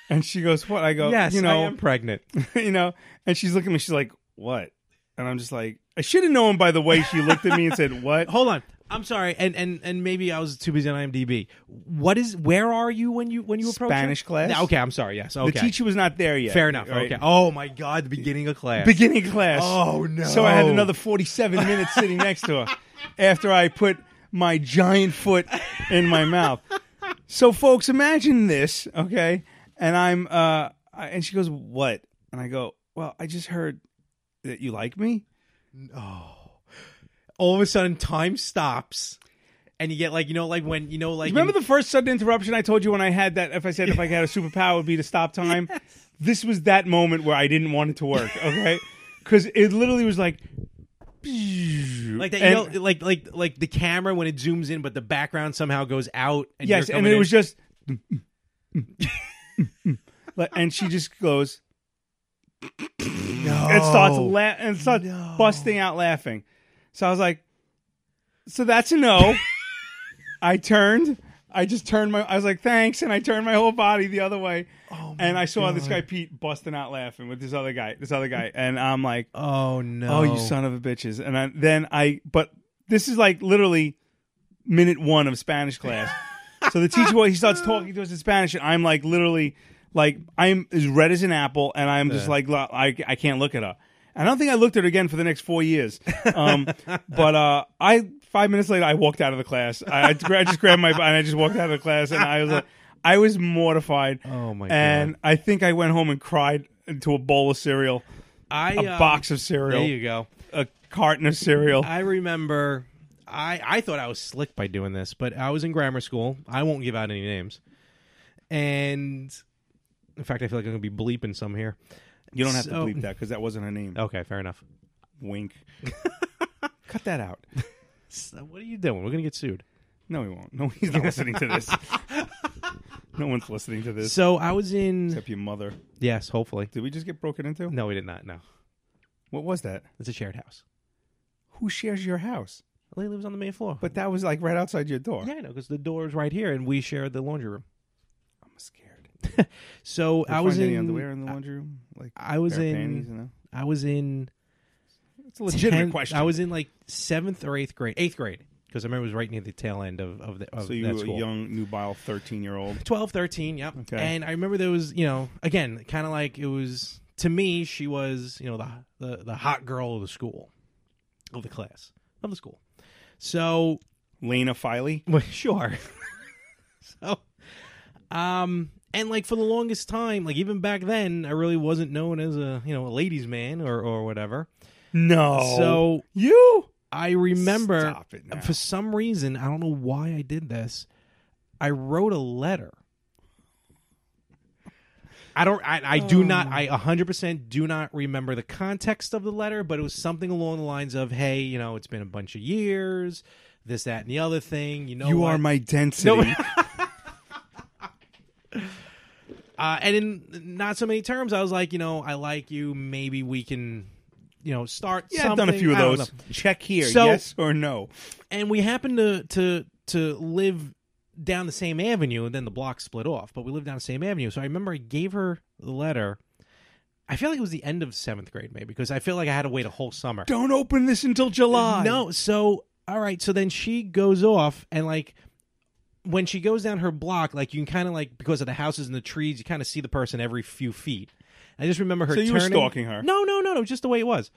S2: and she goes, "What?" I go,
S4: yes,
S2: you know,
S4: I am pregnant.
S2: you know." And she's looking at me. She's like, "What?" And I'm just like, I should have known by the way she looked at me and said, "What?"
S4: Hold on. I'm sorry, and, and and maybe I was too busy on IMDb. What is? Where are you when you when you approach her?
S2: Spanish class.
S4: Yeah, Okay, I'm sorry. Yes.
S2: The
S4: Okay.
S2: teacher was not there yet.
S4: Fair enough.
S2: right?
S4: Okay. Oh my God, the beginning of class.
S2: Beginning class.
S4: Oh, no.
S2: So I had another 47 minutes sitting next to her after I put my giant foot in my mouth. So folks, imagine this, okay? And I'm uh I- and she goes, "What?" And I go, "Well, I just heard that you like me."
S4: All of a sudden, time stops, and you get like you know like when you know like
S2: Remember the first sudden interruption I told you when I had that if I said if I had a superpower it would be to stop time? This was that moment where I didn't want it to work, okay? Cuz it literally was like
S4: like that
S2: and-
S4: you know like like like the camera when it zooms in, but the background somehow goes out. And
S2: yes,
S4: you're
S2: and
S4: coming
S2: it was
S4: in.
S2: just, Like, and she just goes and starts la- and starts busting out laughing. So I was like, so that's a no. I turned. I just turned my. I was like, thanks, and I turned my whole body the other way.
S4: Oh
S2: and I saw this guy Pete busting out laughing with this other guy, this other guy, and I'm like,
S4: Oh no!
S2: Oh, you son of a bitches! And I, then I, but this is like literally minute one of Spanish class. so the teacher, well, he starts talking to us in Spanish, and I'm like literally, like I'm as red as an apple, and I'm just like, lo- I, I can't look at her. And I don't think I looked at her again for the next four years. Um, but uh, I five minutes later, I walked out of the class. I, I, gra- I just grabbed my and I just walked out of the class, and I was like, I was mortified.
S4: Oh, my
S2: And I think I went home and cried into a bowl of cereal.
S4: I,
S2: a
S4: um,
S2: box of cereal
S4: There you go.
S2: a carton of cereal.
S4: I remember. I I thought I was slick by doing this, but I was in grammar school. I won't give out any names, and in fact, I feel like I'm gonna be bleeping some here.
S2: you don't have to
S4: so- Oh.
S2: bleep that because that wasn't her name.
S4: Okay, fair enough.
S2: Wink. Cut that out.
S4: So what are you doing? We're gonna get sued.
S2: No, he won't. No, he's not listening to this. no one's listening to this
S4: So I was in.
S2: except your mother.
S4: Yes, hopefully.
S2: Did we just get broken into?
S4: No, we did not. No,
S2: What was that?
S4: it's a shared house.
S2: Who shares your house?
S4: Lee lives on the main floor.
S2: But that was like right outside your door.
S4: yeah, I know because the door is right here, and we share the laundry room.
S2: I'm scared.
S4: So
S2: Did you
S4: I was
S2: find
S4: in.
S2: any underwear in the laundry room? Like
S4: I was
S2: bare
S4: in-
S2: panties, you know?
S4: I was in.
S2: It's a legitimate
S4: tenth-
S2: question.
S4: I was in like seventh or eighth grade, eighth grade, because I remember it was right near the tail end of of, the, of
S2: Oh, so you
S4: that
S2: were a
S4: school.
S2: young, nubile, thirteen-year-old.
S4: 12, 13, yep.
S2: Okay.
S4: And I remember there was, you know, again, kind of like it was to me, she was, you know, the, the the hot girl of the school, of the class, of the school. So
S2: Lena Filey.
S4: well, sure. so, um, and like for the longest time, like even back then, I really wasn't known as a you know a ladies' man or or whatever.
S2: No.
S4: So
S2: Oh. you.
S4: I remember
S2: Stop it now.
S4: for some reason, I don't know why I did this. I wrote a letter. I don't. I, I do not.
S2: Oh.
S4: I 100 percent do not remember the context of the letter, but it was something along the lines of, "Hey, you know, it's been a bunch of years, this, that, and the other thing. You know,
S2: You
S4: what?
S2: are my density.
S4: Uh, and in not so many terms, I was like, you know, I like you. Maybe we can, you know, start.
S2: Yeah, I've done a
S4: something.
S2: few of
S4: I don't
S2: those.
S4: know.
S2: Check here,
S4: So-
S2: yes or no.
S4: and we happened to to to live down the same avenue, and then the block split off. But we lived down the same avenue, so I remember I gave her the letter. I feel like it was the end of seventh grade, maybe, because I feel like I had to wait a whole summer.
S2: Don't open this until July.
S4: No, so all right, so then she goes off and like when she goes down her block, like you can kind of like because of the houses and the trees, you kind of see the person every few feet. I just remember her.
S2: So you were
S4: turning-
S2: stalking her?
S4: No, no, no, no. Just the way it was.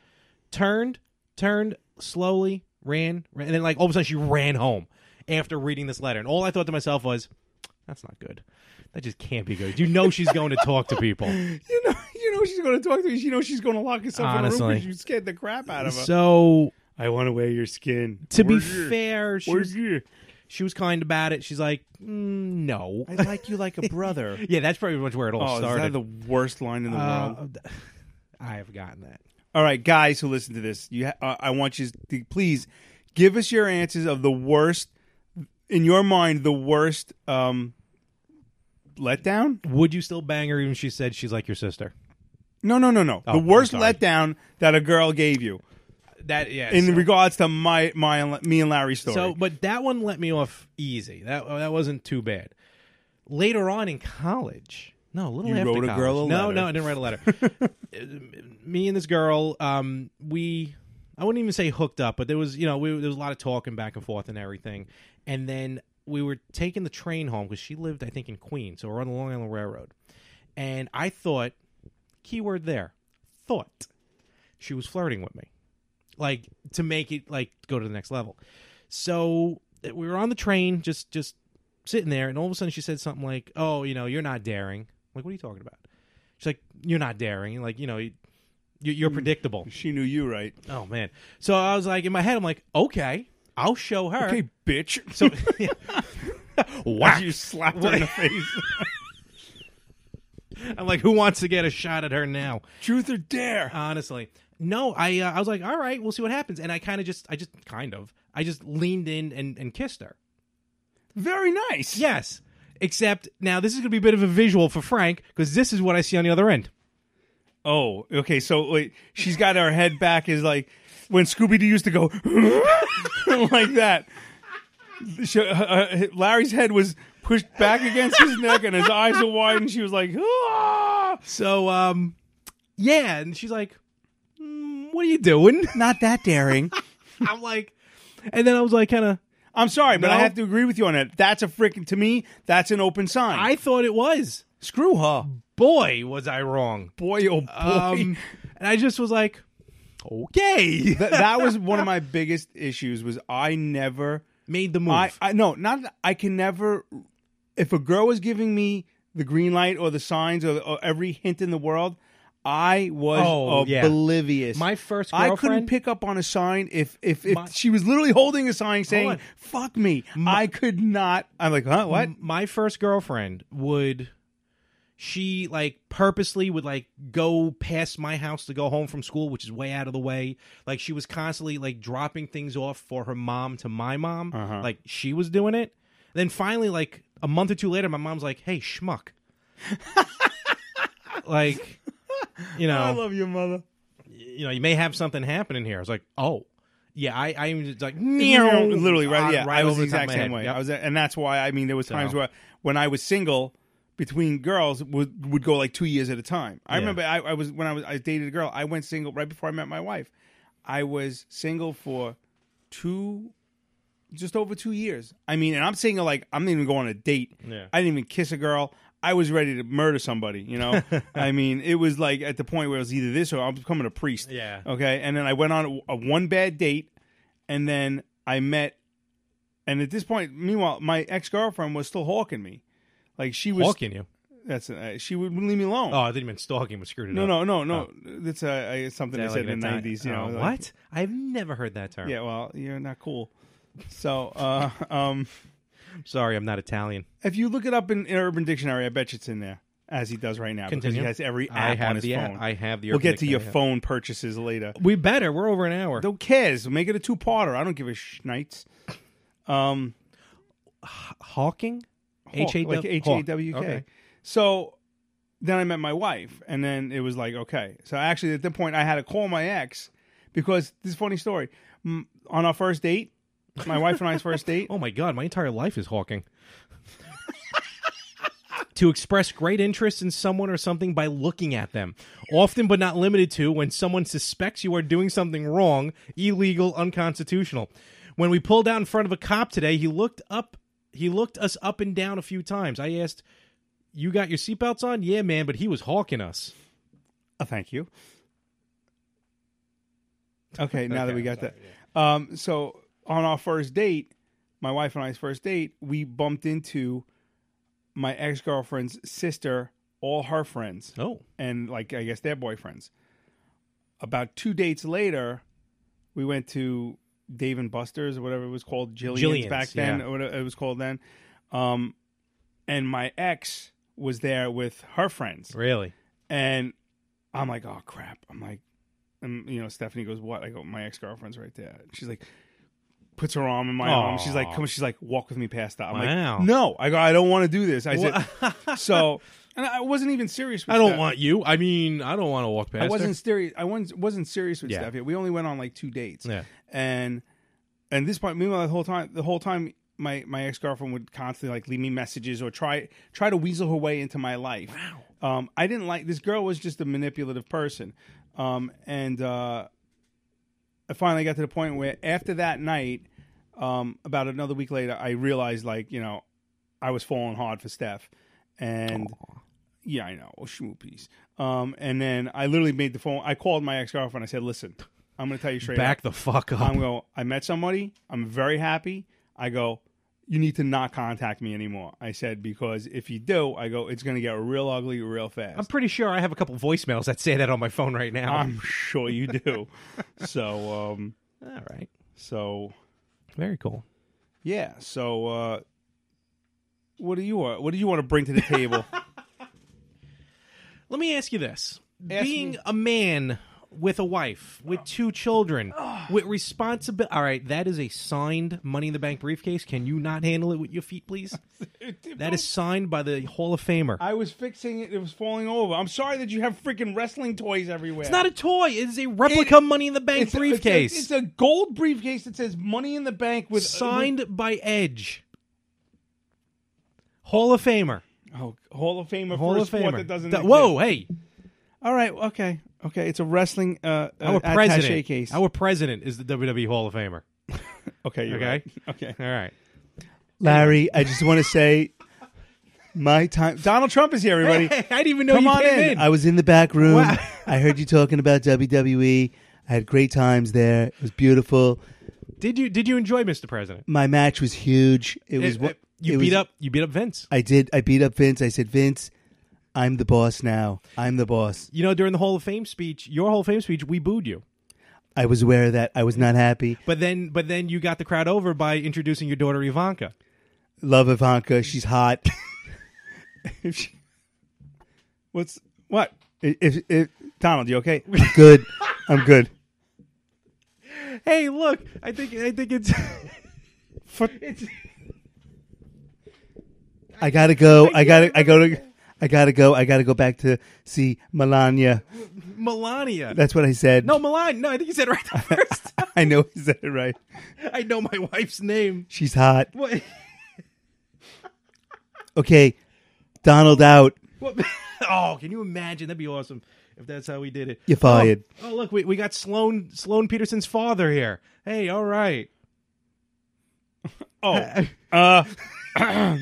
S4: Turned, turned slowly, ran, ran, and then like all of a sudden she ran home after reading this letter. And all I thought to myself was, "That's not good. That just can't be good." You know she's going to talk to people.
S2: You know, you know she's going to talk to you. You know she's going to lock herself in a room
S4: Honestly.
S2: because you scared the crap out of her.
S4: So
S2: I want to wear your skin.
S4: to be
S2: Where's your-
S4: fair, she
S2: where's
S4: was,
S2: your-
S4: she was kind about it. She's like, mm, "No,
S2: I like you like a brother.
S4: Yeah, that's pretty much where it all
S2: oh,
S4: started.
S2: is that the worst line in the
S4: Uh,
S2: world?
S4: I have gotten that.
S2: All right, guys who listen to this, you ha- uh, I want you to please give us your answers of the worst in your mind, the worst um letdown?
S4: Would you still bang her even if she said she's like your sister?
S2: No, no, no, no.
S4: Oh,
S2: the
S4: I'm
S2: worst
S4: sorry.
S2: letdown that a girl gave you
S4: That yeah.
S2: in
S4: so,
S2: regards to my my and La- me and Larry's story.
S4: so, but that one let me off easy. That that wasn't too bad. Later on in college, no, a little
S2: You
S4: after
S2: wrote a
S4: college.
S2: girl a
S4: no,
S2: letter.
S4: no, I didn't write a letter. Uh, me and this girl, um, we I wouldn't even say hooked up, but there was you know we, there was a lot of talking back and forth and everything, and then we were taking the train home because she lived I think in Queens, so we're on the Long Island Railroad, and I thought, keyword there, thought she was flirting with me, like to make it like go to the next level. So eh, we were on the train, just just sitting there, and all of a sudden she said something like, "Oh, you know, you're not daring." I'm like, what are you talking about? She's like, "You're not daring." Like, you know, you, you're predictable.
S2: she knew you, right?
S4: Oh man. So I was like in my head, I'm like, okay, I'll show her.
S2: Okay, bitch.
S4: So
S2: Whack. You slapped her in the face.
S4: I'm like, who wants to get a shot at her now?
S2: Truth or dare?
S4: Honestly, no. I uh, I was like, all right, we'll see what happens. And I kind of just, I just kind of, I just leaned in and and kissed her.
S2: Very nice.
S4: Yes. Except now this is gonna be a bit of a visual for Frank because this is what I see on the other end.
S2: Oh, okay. So wait, she's got her head back is like when Scooby Doo used to go like that. She- her- her- Larry's head was pushed back against his neck, and his eyes were wide, and she was like, "Ah!"
S4: So um, yeah. And she's like, mm, what are you doing?
S2: "Not that daring."
S4: I'm like, and then I was like, kind of.
S2: I'm sorry, but I
S4: No.
S2: have to agree with you on that. That's a freaking to me. That's an open sign.
S4: I thought it was.
S2: screw her,
S4: Boy, was I wrong.
S2: boy, oh boy.
S4: Um, and I just was like, okay,
S2: Th- that was one of my biggest issues. Was I never
S4: made the move.
S2: I, I no, not I can never. If a girl was giving me the green light or the signs or, or every hint in the world, I was
S4: Oh, yeah.
S2: oblivious.
S4: My first
S2: I couldn't
S4: girlfriend-
S2: pick up on a sign if if, if
S4: My-
S2: she was literally holding a sign saying
S4: on.
S2: "fuck me." I could not. I'm like, huh? What?
S4: M- My first girlfriend would, she like purposely would like go past my house to go home from school, which is way out of the way. Like she was constantly like dropping things off for her mom to my mom.
S2: Uh-huh.
S4: Like she was doing it. Then finally, like a month or two later, my mom's like, "Hey, schmuck," like you know,
S2: I love your mother.
S4: you know, you may have something happening here. I was like, oh, yeah, I, I'm just like, Uh,
S2: literally right. Yeah, I was
S4: over
S2: the
S4: top of
S2: exact
S4: my
S2: same
S4: head.
S2: way.
S4: Yep.
S2: I was, and that's why I mean, there was times
S4: So.
S2: where when I was single, between girls would would go like two years at a time. I
S4: Yeah.
S2: remember I, I was when I was I dated a girl. I went single right before I met my wife. I was single for two, just over two years. I mean, and I'm single like I'm not even going on a date.
S4: Yeah.
S2: I didn't even kiss a girl. I was ready to murder somebody. You know, I mean, it was like at the point where it was either this or I'm becoming a priest.
S4: Yeah.
S2: Okay. And then I went on a, a one bad date, and then I met. And at this point, meanwhile, my ex girlfriend was still hawking me. Like she was
S4: Stalking you.
S2: that's uh, she would leave me alone.
S4: Oh, I didn't mean stalking was screwed it
S2: no,
S4: up. Oh.
S2: no, no, no. That's uh, I- something
S4: Is
S2: they said
S4: that like
S2: in
S4: an
S2: the
S4: Italian-
S2: nineties. You know
S4: Oh,
S2: like-
S4: what? I've never heard that term.
S2: yeah, well, you're not cool. So, uh, um,
S4: Sorry, I'm not Italian.
S2: if you look it up in, in Urban Dictionary, I bet you it's in there as he does right now because
S4: Continue.
S2: he has every app
S4: I have
S2: on his
S4: the app.
S2: phone.
S4: I have the
S2: We'll
S4: Urban
S2: get to your
S4: Dictionary app.
S2: phone purchases later.
S4: We better. We're over an hour.
S2: Don't cares. Make it a two parter. I don't give a schnites. Um,
S4: Hawking?
S2: Hawk,
S4: H-A-W-
S2: like H A W K. Oh,
S4: Hawk. Okay.
S2: So then I met my wife, and then it was like okay. So actually, at that point, I had to call my ex because this is a funny story. M- On our first date, my wife and I's first date,
S4: Oh my god, my entire life is Hawking. to express great interest in someone or something by looking at them. Often, but not limited to, when someone suspects you are doing something wrong, illegal, unconstitutional. When we pulled out in front of a cop today, he looked up. He looked us up and down a few times. I asked, "You got your seatbelts on?" Yeah, man, but he was hawking us.
S2: Oh, thank you. Okay, now that we got that. Um, so on our first date, my wife and I's first date, we bumped into my ex girlfriend's sister, all her friends,
S4: Oh,
S2: and like I guess their boyfriends. About two dates later, we went to Dave and Buster's or whatever it was called, Jillian's,
S4: Jillian's,
S2: back then,
S4: yeah.
S2: or whatever it was called then. Um, and my ex was there with her friends.
S4: really?
S2: And I'm like, oh crap. I'm like, and you know, Stephanie goes, what? I go, my ex girlfriend's right there. She's like, puts her arm in my arm. She's like,
S4: Aw.
S2: come. She's like, walk with me past that. I'm
S4: Wow.
S2: like, no. I go, I don't want to do this. I said, so, and I wasn't even serious. With
S4: I don't
S2: Steph-
S4: want you. I mean, I don't want to walk past.
S2: I
S4: her.
S2: wasn't serious. I wasn't wasn't serious with
S4: Yeah.
S2: Stephanie. We only went on like two dates.
S4: Yeah.
S2: And and this point, meanwhile, the whole time, the whole time, my my ex girlfriend would constantly like leave me messages or try try to weasel her way into my life. Wow. Um, I didn't like this girl was just a manipulative person. Um, and uh, I finally got to the point where after that night, um, about another week later, I realized like you know, I was falling hard for Steph, and. Yeah, I know. Oh, schmoopies. Um, and then I literally made the phone. I called my ex girlfriend. I said, "Listen, I'm going to tell you straight
S4: Back
S2: up.
S4: the fuck up.
S2: I'm go. I met somebody. I'm very happy. I go. You need to not contact me anymore. I said because if you do, I go, it's going to get real ugly real fast.
S4: I'm pretty sure I have a couple voicemails that say that on my phone right now.
S2: I'm sure you do. so, um,
S4: All right.
S2: so
S4: Very cool.
S2: yeah. So, uh, what do you want? What do you want to bring to the table?
S4: Let me ask you this.
S2: Ask
S4: Being
S2: me.
S4: a man with a wife, with two children, with responsibility. All right, that is a signed Money in the Bank briefcase. Can you not handle it with your feet, please? that is signed by the Hall of Famer.
S2: I was fixing it. It was falling over. I'm sorry that you have freaking wrestling toys everywhere.
S4: it's not a toy. It is a replica Money in the Bank
S2: a-
S4: briefcase.
S2: It's a, it's a gold briefcase that says "Money in the Bank" with
S4: signed by Edge. Hall of Famer.
S2: with- oh, Hall of Famer
S4: Hall
S2: for
S4: of
S2: a sport
S4: Famer.
S2: that doesn't.
S4: That-
S2: exist.
S4: whoa, hey.
S2: All right. Okay. Okay. It's a wrestling. Uh,
S4: Our
S2: uh, attaché
S4: president.
S2: case.
S4: Our president is the WWE Hall of Famer.
S2: okay. you're
S4: Okay.
S2: right. Okay.
S4: All right.
S2: Larry, I just want to say, my time. Donald Trump is here, everybody.
S4: Hey, I didn't even know you came in.
S2: was in the back room.
S4: Wow.
S2: I heard you talking about WWE. I had great times there. It was beautiful.
S4: Did you did you enjoy Mr. President?
S2: My match was huge.
S4: It- it- Eh, you beat up you beat up Vince.
S2: I did. I beat up Vince. I said, Vince, I'm the boss now. I'm the boss.
S4: You know, during the Hall of Fame speech, your Hall of Fame speech, we booed you.
S2: I was aware of that. I was not happy.
S4: But then but then you got the crowd over by introducing your daughter Ivanka.
S2: Love Ivanka. She's hot. if she, what's what? If, if, if Donald, you okay? I'm good. I'm good.
S4: Hey, look, I think I think it's it's
S2: I gotta go. I gotta. I go to. I gotta go. I gotta go back to see Melania.
S4: Melania.
S2: That's what I said.
S4: no, Melania. No, I think you said it right the first. time.
S2: I know he said it right.
S4: I know my wife's name.
S2: She's hot.
S4: What?
S2: Okay, Donald out.
S4: what oh, can you imagine? That'd be awesome if that's how we did it.
S2: You're fired.
S4: Oh, oh, look, we, we got Sloan Sloan Peterson's father here. Hey, all right.
S2: Oh, uh,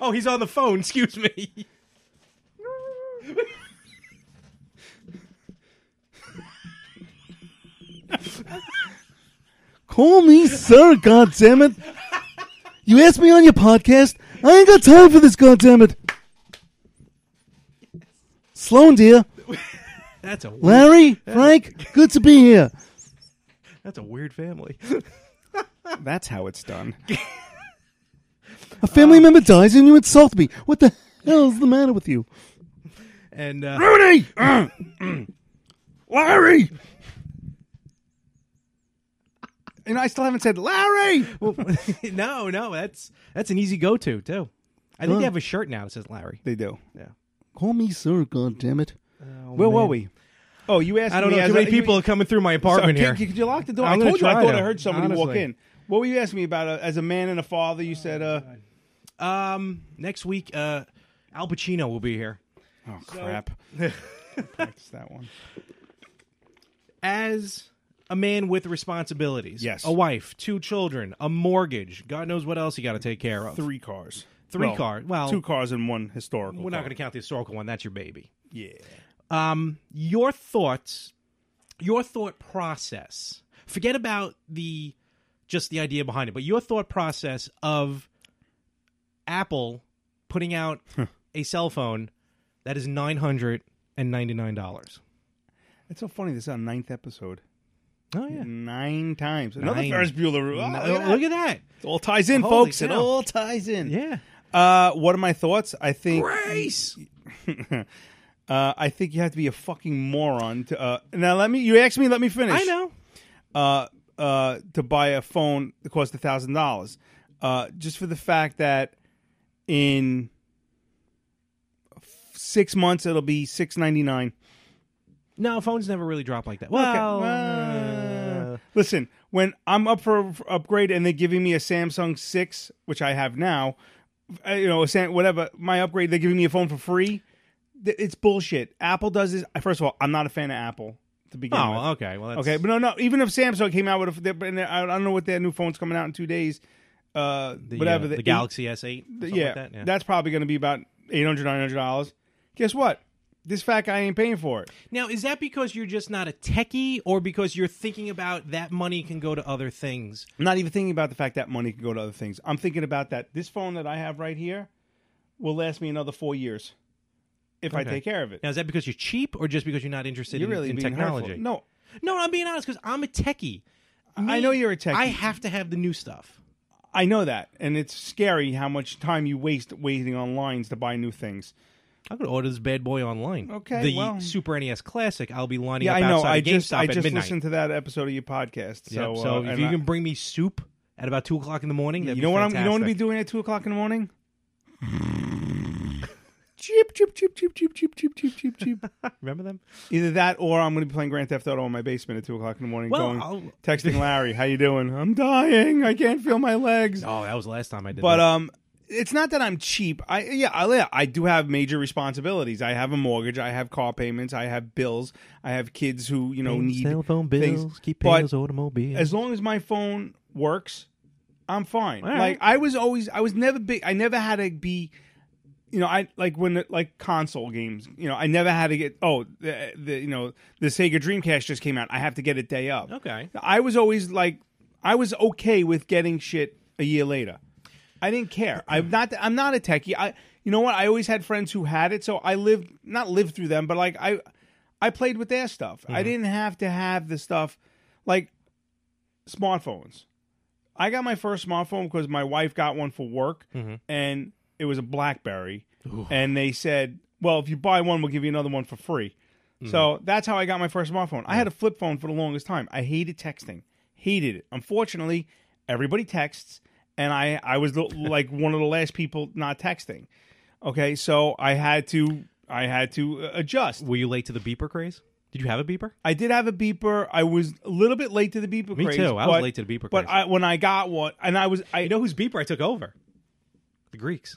S4: Oh, he's on the phone. Excuse me.
S2: Call me sir, goddammit. You asked me on your podcast. I ain't got time for this, goddammit. Sloan, dear.
S4: That's a weird,
S2: Larry, Frank, good to be here.
S4: that's a weird family.
S2: That's how it's done. A family member dies and you insult me. What the hell's the matter with you?
S4: And uh,
S2: Rooney! Larry! And I still haven't said Larry!
S4: well, no, no, that's that's an easy go to too. I think they have a shirt now that says Larry.
S2: They do.
S4: Yeah.
S2: Call me sir, goddammit. Where were we? Oh, you asked
S4: I don't
S2: me
S4: know.
S2: as
S4: Too many
S2: a-
S4: people
S2: you-
S4: are coming through my apartment
S2: Sorry,
S4: here.
S2: can- Could you lock the door? i
S4: I'm gonna
S2: told you I
S4: try
S2: thought
S4: to,
S2: I heard somebody walk
S4: honestly.
S2: in. What were you asking me about uh, as a man and a father? You said, uh,
S4: Um, next week, uh, Al Pacino will be here.
S2: Oh crap! Practice that one.
S4: as a man with responsibilities.
S2: Yes.
S4: A wife, two children, a mortgage. God knows what else you got to take care of.
S2: Three cars.
S4: Three cars. Well-
S2: two cars and one historical.
S4: We're not going to count the historical one. That's your baby.
S2: Yeah.
S4: Um, your thoughts, your thought process. Forget about the just the idea behind it, but your thought process of Apple putting out a cell phone that is nine hundred and ninety nine dollars.
S2: It's so funny. This is our ninth episode.
S4: Oh yeah.
S2: Nine times. Another
S4: Nine.
S2: Ferris Bueller. rule. Oh,
S4: look, at that.
S2: It all ties in,
S4: Holy
S2: folks. It
S4: cow.
S2: all ties in.
S4: Yeah.
S2: Uh, what are my thoughts? I think.
S4: Grace.
S2: uh, I think you have to be a fucking moron to. Uh, now let me. You asked me. Let me finish.
S4: I know.
S2: uh, uh, to buy a phone that cost a thousand dollars, uh, just for the fact that in f- six months it'll be six ninety nine.
S4: No, phones never really drop like that. Well, uh,
S2: Listen, when I'm up for for upgrade and they're giving me a Samsung six, which I have now, uh, you know, a Sam, whatever my upgrade, they're giving me a phone for free. Th- It's bullshit. Apple does this. First of all, I'm not a fan of Apple to begin with.
S4: oh, okay. Well, that's,
S2: Okay, but no, no. Even if Samsung came out with, a, they're- and I don't know what their new phone's coming out in two days. Uh,
S4: the,
S2: whatever
S4: uh, the,
S2: eight-
S4: Galaxy S8,
S2: the-
S4: something
S2: yeah,
S4: like that. Yeah.
S2: that's probably going to be about 800 dollars. Guess what? This fat guy ain't paying for it.
S4: now, is that because you're just not a techie, or because you're thinking about that money can go to other things?
S2: I'm not even thinking about the fact that money could go to other things. I'm thinking about that. This phone that I have right here will last me another four years if I
S4: Okay.
S2: take care of it.
S4: Now, is that because you're cheap, or just because you're not interested
S2: You're
S4: in,
S2: really
S4: in
S2: being
S4: technology?
S2: hurtful. No,
S4: no, I'm being honest because I'm a techie.
S2: I know you're a techie.
S4: I have to have the new stuff.
S2: I know that, and it's scary how much time you waste waiting on lines to buy new things.
S4: I could order this bad boy online.
S2: Okay,
S4: the
S2: well-
S4: Super NES Classic. I'll be lining
S2: Yeah,
S4: up
S2: I know.
S4: outside
S2: I
S4: of
S2: just
S4: GameStop
S2: I
S4: at
S2: just
S4: midnight.
S2: listened to that episode of your podcast. So,
S4: Yep,
S2: uh,
S4: so if
S2: and
S4: you
S2: I-
S4: can bring me soup at about two o'clock in the morning, that'd
S2: you
S4: be
S2: know what I'm, you
S4: fantastic.
S2: know what I'm gonna be doing at two o'clock in the morning? Chip, chip, chip, chip, chip, chip, chip, chip, chip, chip.
S4: Remember them?
S2: Either that, or I'm going to be playing Grand Theft Auto in my basement at two o'clock in the morning,
S4: Well,
S2: going
S4: I'll-
S2: texting Larry, "How you doing? I'm dying. I can't feel my legs."
S4: Oh, that was the last time I did.
S2: But
S4: that.
S2: um, it's not that I'm cheap. I yeah, I yeah, I do have major responsibilities. I have a mortgage. I have car payments. I have bills. I have kids who you know need
S4: cell phone
S2: things.
S4: bills, keep
S2: But
S4: paying those automobiles.
S2: as long as my phone works, I'm fine.
S4: right.
S2: Like I was always, I was never big. I never had to be, you know, I like when like console games. You know, I never had to get. Oh, the, the you know the Sega Dreamcast just came out. I have to get it day up.
S4: Okay.
S2: I was always like, I was okay with getting shit a year later. I didn't care. I'm not. I'm not a techie. I. You know what? I always had friends who had it, so I lived not lived through them, but like I, I played with their stuff. I didn't have to have the stuff, like smartphones. I got my first smartphone because my wife got one for work, and it was a BlackBerry. And they said, "Well, if you buy one, we'll give you another one for free." So that's how I got my first smartphone. I had a flip phone for the longest time. I hated texting, hated it. Unfortunately, everybody texts, and I I was the, like one of the last people not texting. Okay, so I had to I had to uh, adjust.
S4: Were you late to the beeper craze? Did you have a beeper?
S2: I did have a beeper. I was a little bit late to the beeper.
S4: Me
S2: craze,
S4: too. I was
S2: but-
S4: late to the beeper
S2: But
S4: craze.
S2: I, when I got one, and I was, I
S4: You know whose beeper I took over? The Greeks.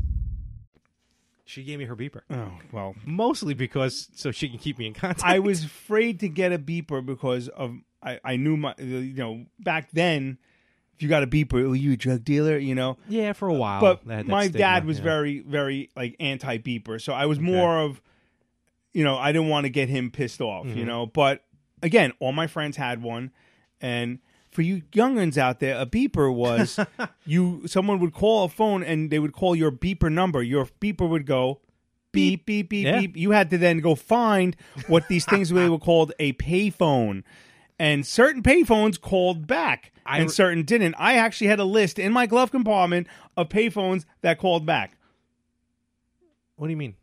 S4: She gave me her beeper.
S2: oh well,
S4: Mostly because so she can keep me in contact.
S2: I was afraid to get a beeper because of I, I knew my you know back then. If you got a beeper, oh, you a drug dealer, you know.
S4: Yeah, for a while.
S2: but
S4: they had that
S2: my
S4: stigma,
S2: dad was
S4: yeah.
S2: very, very like anti beeper, so I was more of, you know, I didn't want to get him pissed off,
S4: Mm-hmm.
S2: you know. But again, all my friends had one, and for you younguns out there, a beeper was you. Someone would call a phone, and they would call your beeper number. Your beeper would go. Beep beep beep
S4: Yeah.
S2: beep. You had to then go find what these things were- they were called a payphone, and certain payphones called back,
S4: I
S2: and
S4: re-
S2: certain didn't. I actually had a list in my glove compartment of payphones that called back.
S4: What do you mean?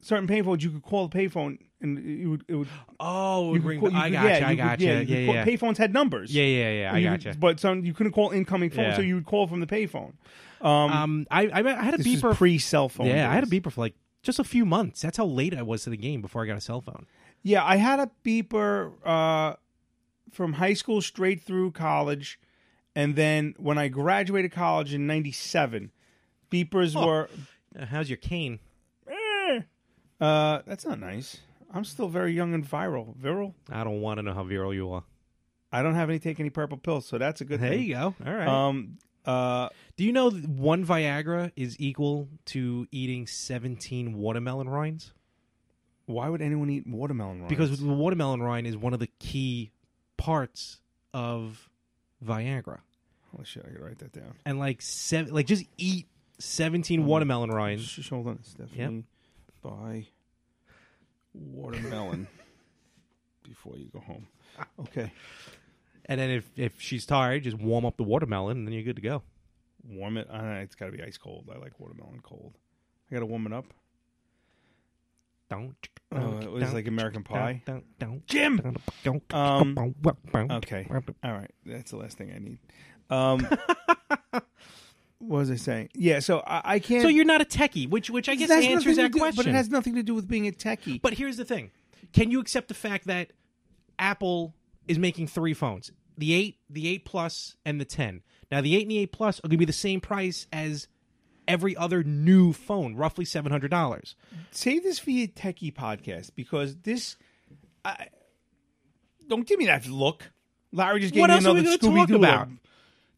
S2: Certain payphones you could call a payphone, and it would. It would
S4: Oh,
S2: you could
S4: ring.
S2: call- you
S4: I
S2: could-
S4: gotcha.
S2: you
S4: I
S2: could-
S4: gotcha.
S2: Yeah,
S4: Yeah,
S2: you could
S4: yeah,
S2: call-
S4: yeah.
S2: Payphones had numbers.
S4: Yeah, yeah, yeah. I
S2: You could-
S4: gotcha.
S2: But some you couldn't call incoming phone,
S4: Yeah.
S2: so you would call from the payphone. Um,
S4: um, I I, I had a
S2: this
S4: beeper.
S2: was pre-cell phone.
S4: yeah, I had a
S2: days.
S4: beeper for like just a few months. That's how late I was to the game before I got a cell phone.
S2: Yeah, I had a beeper uh, from high school straight through college, and then when I graduated college in '97, beepers
S4: Huh.
S2: were. eh,
S4: Uh, how's your cane?
S2: Uh, that's not nice. I'm still very young and viral. Viral.
S4: I don't want to know how virile you are.
S2: I don't have any take any purple pills, so that's a good
S4: There
S2: thing.
S4: you go. All right.
S2: Um. Uh.
S4: Do you know that one Viagra is equal to eating 17 watermelon rinds?
S2: Why would anyone eat watermelon? Rind?
S4: Because the watermelon rind is one of the key parts of Viagra.
S2: holy shit, I could write that down.
S4: And like seven, like just eat
S2: Mm.
S4: 17 watermelon rinds.
S2: Just hold on, Stephanie. Buy watermelon before you go home. Okay.
S4: And then if, if she's tired, just warm up the watermelon and then you're good to go.
S2: warm it. I don't know, it's got to be ice cold. I like watermelon cold. I got to warm it up.
S4: Don't.
S2: Oh, it was like American Pie.
S4: Jim!
S2: Um, Okay. All right. That's the last thing I need. Um, what was I saying? Yeah. So I, I can't.
S4: So you're not a techie, which which I
S2: It
S4: guess
S2: has
S4: answers
S2: nothing
S4: that
S2: to do-
S4: question.
S2: But it has nothing to do with being a techie.
S4: But here's the thing: Can you accept the fact that Apple is making three phones the eight, the eight plus, and the ten? Now, the eight and the eight plus are going to be the same price as every other new phone, roughly seven hundred dollars.
S2: save this for your techie podcast because this. I, don't give me that look. Larry just gave
S4: What
S2: me
S4: else are we
S2: another
S4: gonna talk
S2: Scooby Doo
S4: about?
S2: look.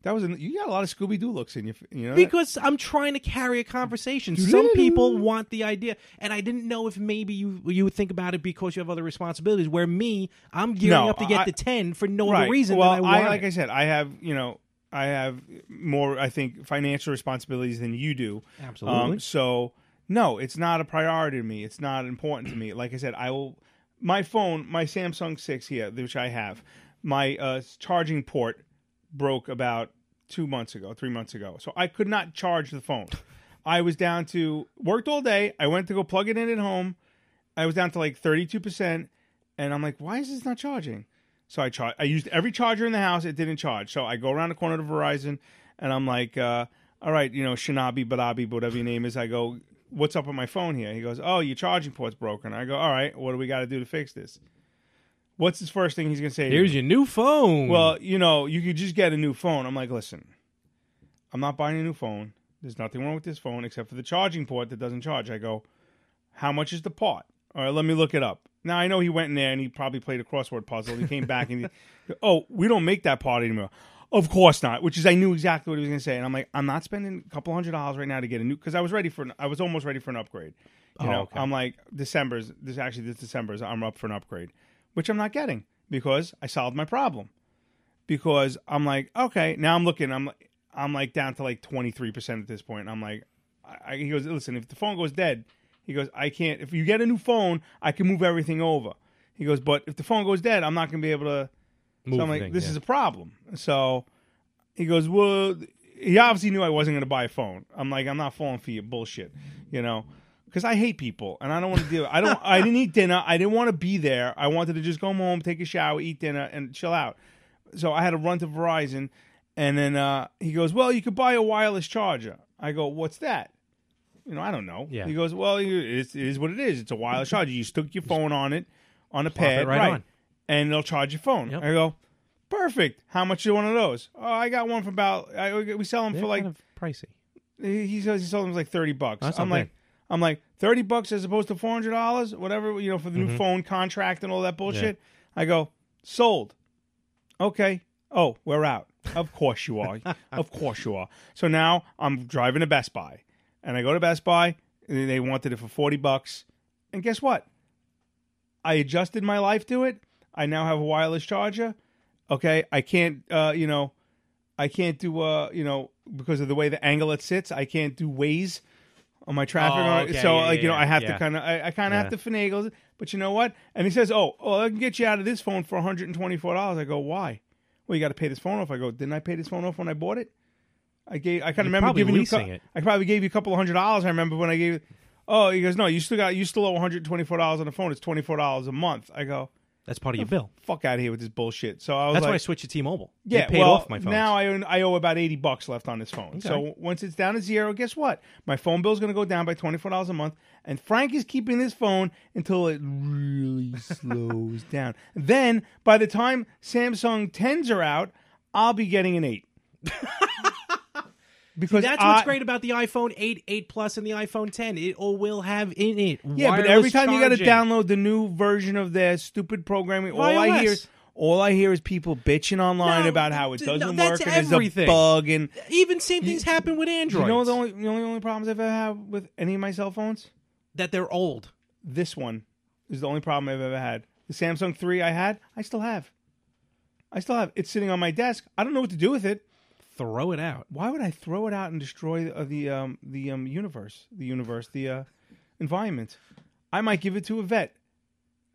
S2: That was a, you got a lot of Scooby Doo looks in your you know that?
S4: Because I'm trying to carry a conversation. Some people want the idea, and I didn't know if maybe you you would think about it because you have other responsibilities. Where me, I'm gearing
S2: No,
S4: up to get
S2: I-
S4: the ten for no
S2: right.
S4: other reason
S2: Well,
S4: than I want.
S2: like I
S4: it.
S2: said, I have you know, I have more. I think financial responsibilities than you do. Um,
S4: Absolutely.
S2: so no, it's not a priority to me. It's not important to me. Like I said, I will. My phone, my Samsung Six here, which I have, my uh, charging port broke about two months ago, three months ago. So I could not charge the phone. I was down to worked all day. I went to go plug it in at home. I was down to like 32%. And I'm like, why is this not charging? So I char- I used every charger in the house. It didn't charge. So I go around the corner to Verizon and I'm like, uh, all right, you know, Shinabi, Badabi, whatever your name is. I go, what's up with my phone here? He goes, oh, your charging port's broken. I go, all right, what do we got to do to fix this? What's his first thing he's going to say? to you?
S4: Here's your new phone.
S2: Well, you know, you could just get a new phone. I'm like, listen, I'm not buying a new phone. There's nothing wrong with this phone except for the charging port that doesn't charge. I go, how much is the part? All right, let me look it up. Now I know he went in there and he probably played a crossword puzzle. He came back and he, oh, we don't make that part anymore. Of course not. Which is I knew exactly what he was going to say, and I'm like, I'm not spending a couple hundred dollars right now to get a new because I was ready for an, I was almost ready for an upgrade. You know, I'm like December's this actually this December's I'm up for an upgrade, which I'm not getting because I solved my problem. Because I'm like, okay, now I'm looking, I'm like- I'm like down to like 23 percent at this point. I'm like, I, I- he goes, listen, if the phone goes dead, he goes, I can't. If you get a new phone, I can move everything over. He goes, but if the phone goes dead, I'm not gonna be able to. so I'm like,
S4: thing,
S2: this
S4: yeah.
S2: is a problem. So he goes, well, he obviously knew I wasn't gonna buy a phone. I'm like, I'm not falling for your bullshit, you know. Because I hate people, and I don't want to deal. I don't. I didn't eat dinner. I didn't want to be there. I wanted to just go home, take a shower, eat dinner, and chill out so I had to run to Verizon, and then uh, he goes, "Well, you could buy a wireless charger." I go, "What's that?" You know, I don't know.
S4: Yeah.
S2: He goes, "Well, it is, it is what it is. It's a wireless charger. You stick your phone on it, on a pad,
S4: it right on.
S2: and it'll charge your phone."
S4: Yep.
S2: I go, "Perfect. How much is one of those?" Oh, I got one for about. I, we sell them
S4: They're
S2: for like
S4: kind of pricey.
S2: he he says he sold them for like thirty bucks.
S4: That's not
S2: I'm like,
S4: bad.
S2: I'm like thirty bucks as opposed to four hundred dollars, whatever you know, for the
S4: Mm-hmm.
S2: new phone contract and all that bullshit. I go sold. Okay. Oh, we're out. Of course you are. of course you are. So now I'm driving to Best Buy, and I go to Best Buy. And they wanted it for forty bucks, and guess what? I adjusted my life to it. I now have a wireless charger. Okay, I can't. Uh, you know, I can't do. Uh, you know, because of the way the angle it sits, I can't do ways on my traffic.
S4: Oh,
S2: on-
S4: okay,
S2: So
S4: yeah,
S2: like
S4: yeah,
S2: you know,
S4: yeah,
S2: I have
S4: yeah.
S2: to kind of. I, I kind of have to finagle. it. But you know what? And he says, "Oh, well, I can get you out of this phone for one hundred and twenty-four dollars." I go, "Why?" Well, you got to pay this phone off. I go, "Didn't I pay this phone off when I bought it?" I gave. I kind of remember
S4: probably
S2: giving you.
S4: leasing
S2: cou-
S4: it.
S2: I probably gave you a couple of hundred dollars. I remember when I gave. you- Oh, he goes, no, you still got you still owe one hundred twenty four dollars on the phone. It's twenty four dollars a month. I go,
S4: That's part of your bill.
S2: fuck out of here with this bullshit. So I was
S4: That's
S2: like,
S4: why I switched to T-Mobile. They
S2: yeah,
S4: paid
S2: well,
S4: off my phone.
S2: now I own, I owe about eighty bucks left on this phone. So once it's down to zero, guess what? My phone bill's going to go down by twenty four dollars a month, and Frank is keeping this phone until it really slows down. Then by the time Samsung tens are out, I'll be getting an eight. because
S4: That's what's
S2: I-
S4: great about the iPhone 8, 8 Plus, and the iPhone 10. It all will have in it.
S2: Yeah, but every time you got to
S4: gotta
S2: download the new version of their stupid programming, all I
S4: iOS.
S2: hear is all I hear is people bitching online
S4: No,
S2: about how it
S4: d- no,
S2: doesn't work
S4: that's
S2: and there's a
S4: everything.
S2: bug and
S4: Even same things happen with Android.
S2: you know the only the only, only problems I've ever had with any of my cell phones.
S4: that they're old.
S2: This one is the only problem I've ever had. The Samsung three I had, I still have. I still have. It's sitting on my desk. I don't know what to do with it.
S4: Throw it out.
S2: Why would I throw it out and destroy the- uh, the um, the um, universe, the universe, the uh, environment? I might give it to a vet.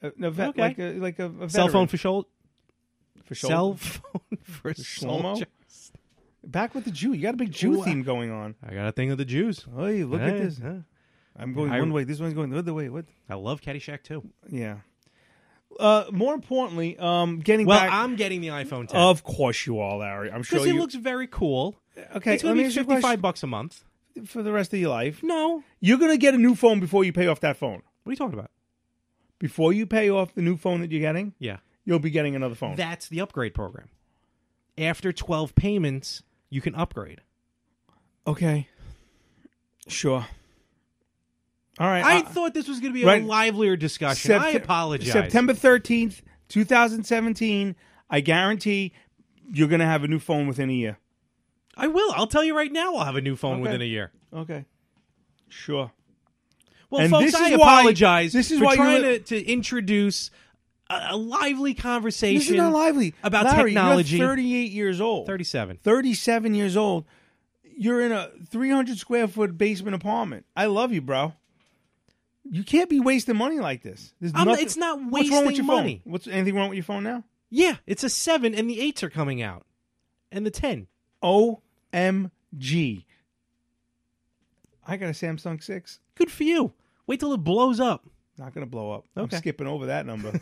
S2: A, a vet,
S4: Okay.
S2: like a like a, a
S4: Cell phone
S2: veteran.
S4: for shoulder.
S2: for sure.
S4: Cell phone for
S2: Shlomo?
S4: soldier.
S2: Back with the Jew. You got a big Jew theme going on.
S4: I got a thing of the Jews.
S2: Oh, look
S4: Hey,
S2: at this.
S4: huh.
S2: I'm going
S4: I-
S2: one way. This one's going the other way. What?
S4: I love Caddyshack too.
S2: Yeah. Uh, more importantly, um, getting
S4: Well,
S2: back.
S4: I'm getting the iPhone 10
S2: of course you all, Larry. I'm sure
S4: because
S2: you.
S4: it looks very cool.
S2: okay,
S4: it's gonna
S2: let
S4: be
S2: me ask you a
S4: 55 bucks a month.
S2: question for the rest of your life.
S4: No,
S2: You're gonna get a new phone before you pay off that phone.
S4: what are you talking about?
S2: Before you pay off the new phone that you're getting,
S4: Yeah,
S2: you'll be getting another phone.
S4: that's the upgrade program. After 12 payments, you can upgrade.
S2: okay. Sure. All right.
S4: I
S2: uh,
S4: thought this was going to be
S2: right.
S4: a livelier discussion. I
S2: Septem-
S4: apologize.
S2: September 13th, 2017, I guarantee you're going to have a new phone within a year.
S4: I will. I'll tell you right now. I'll have a new phone within a year.
S2: Okay. Sure.
S4: Well,
S2: And
S4: folks,
S2: this
S4: I
S2: is why-
S4: apologize.
S2: this is
S4: for
S2: why you
S4: trying
S2: li-
S4: to, to introduce a, a lively conversation.
S2: This is not lively.
S4: about
S2: Larry,
S4: technology.
S2: You're 38 years old.
S4: 37.
S2: 37 years old. You're in a 300 square foot basement apartment. I love you, bro. You can't be wasting money like this. There's
S4: I'm-
S2: nothing-
S4: it's not
S2: What's wrong with
S4: wasting
S2: your
S4: money.
S2: Phone? What's anything wrong with your phone now?
S4: Yeah, it's a seven, and the eights are coming out, and the ten.
S2: OMG. I got a Samsung 6.
S4: Good for you. Wait till it blows up.
S2: Not going to blow up.
S4: Okay.
S2: I'm skipping over that number.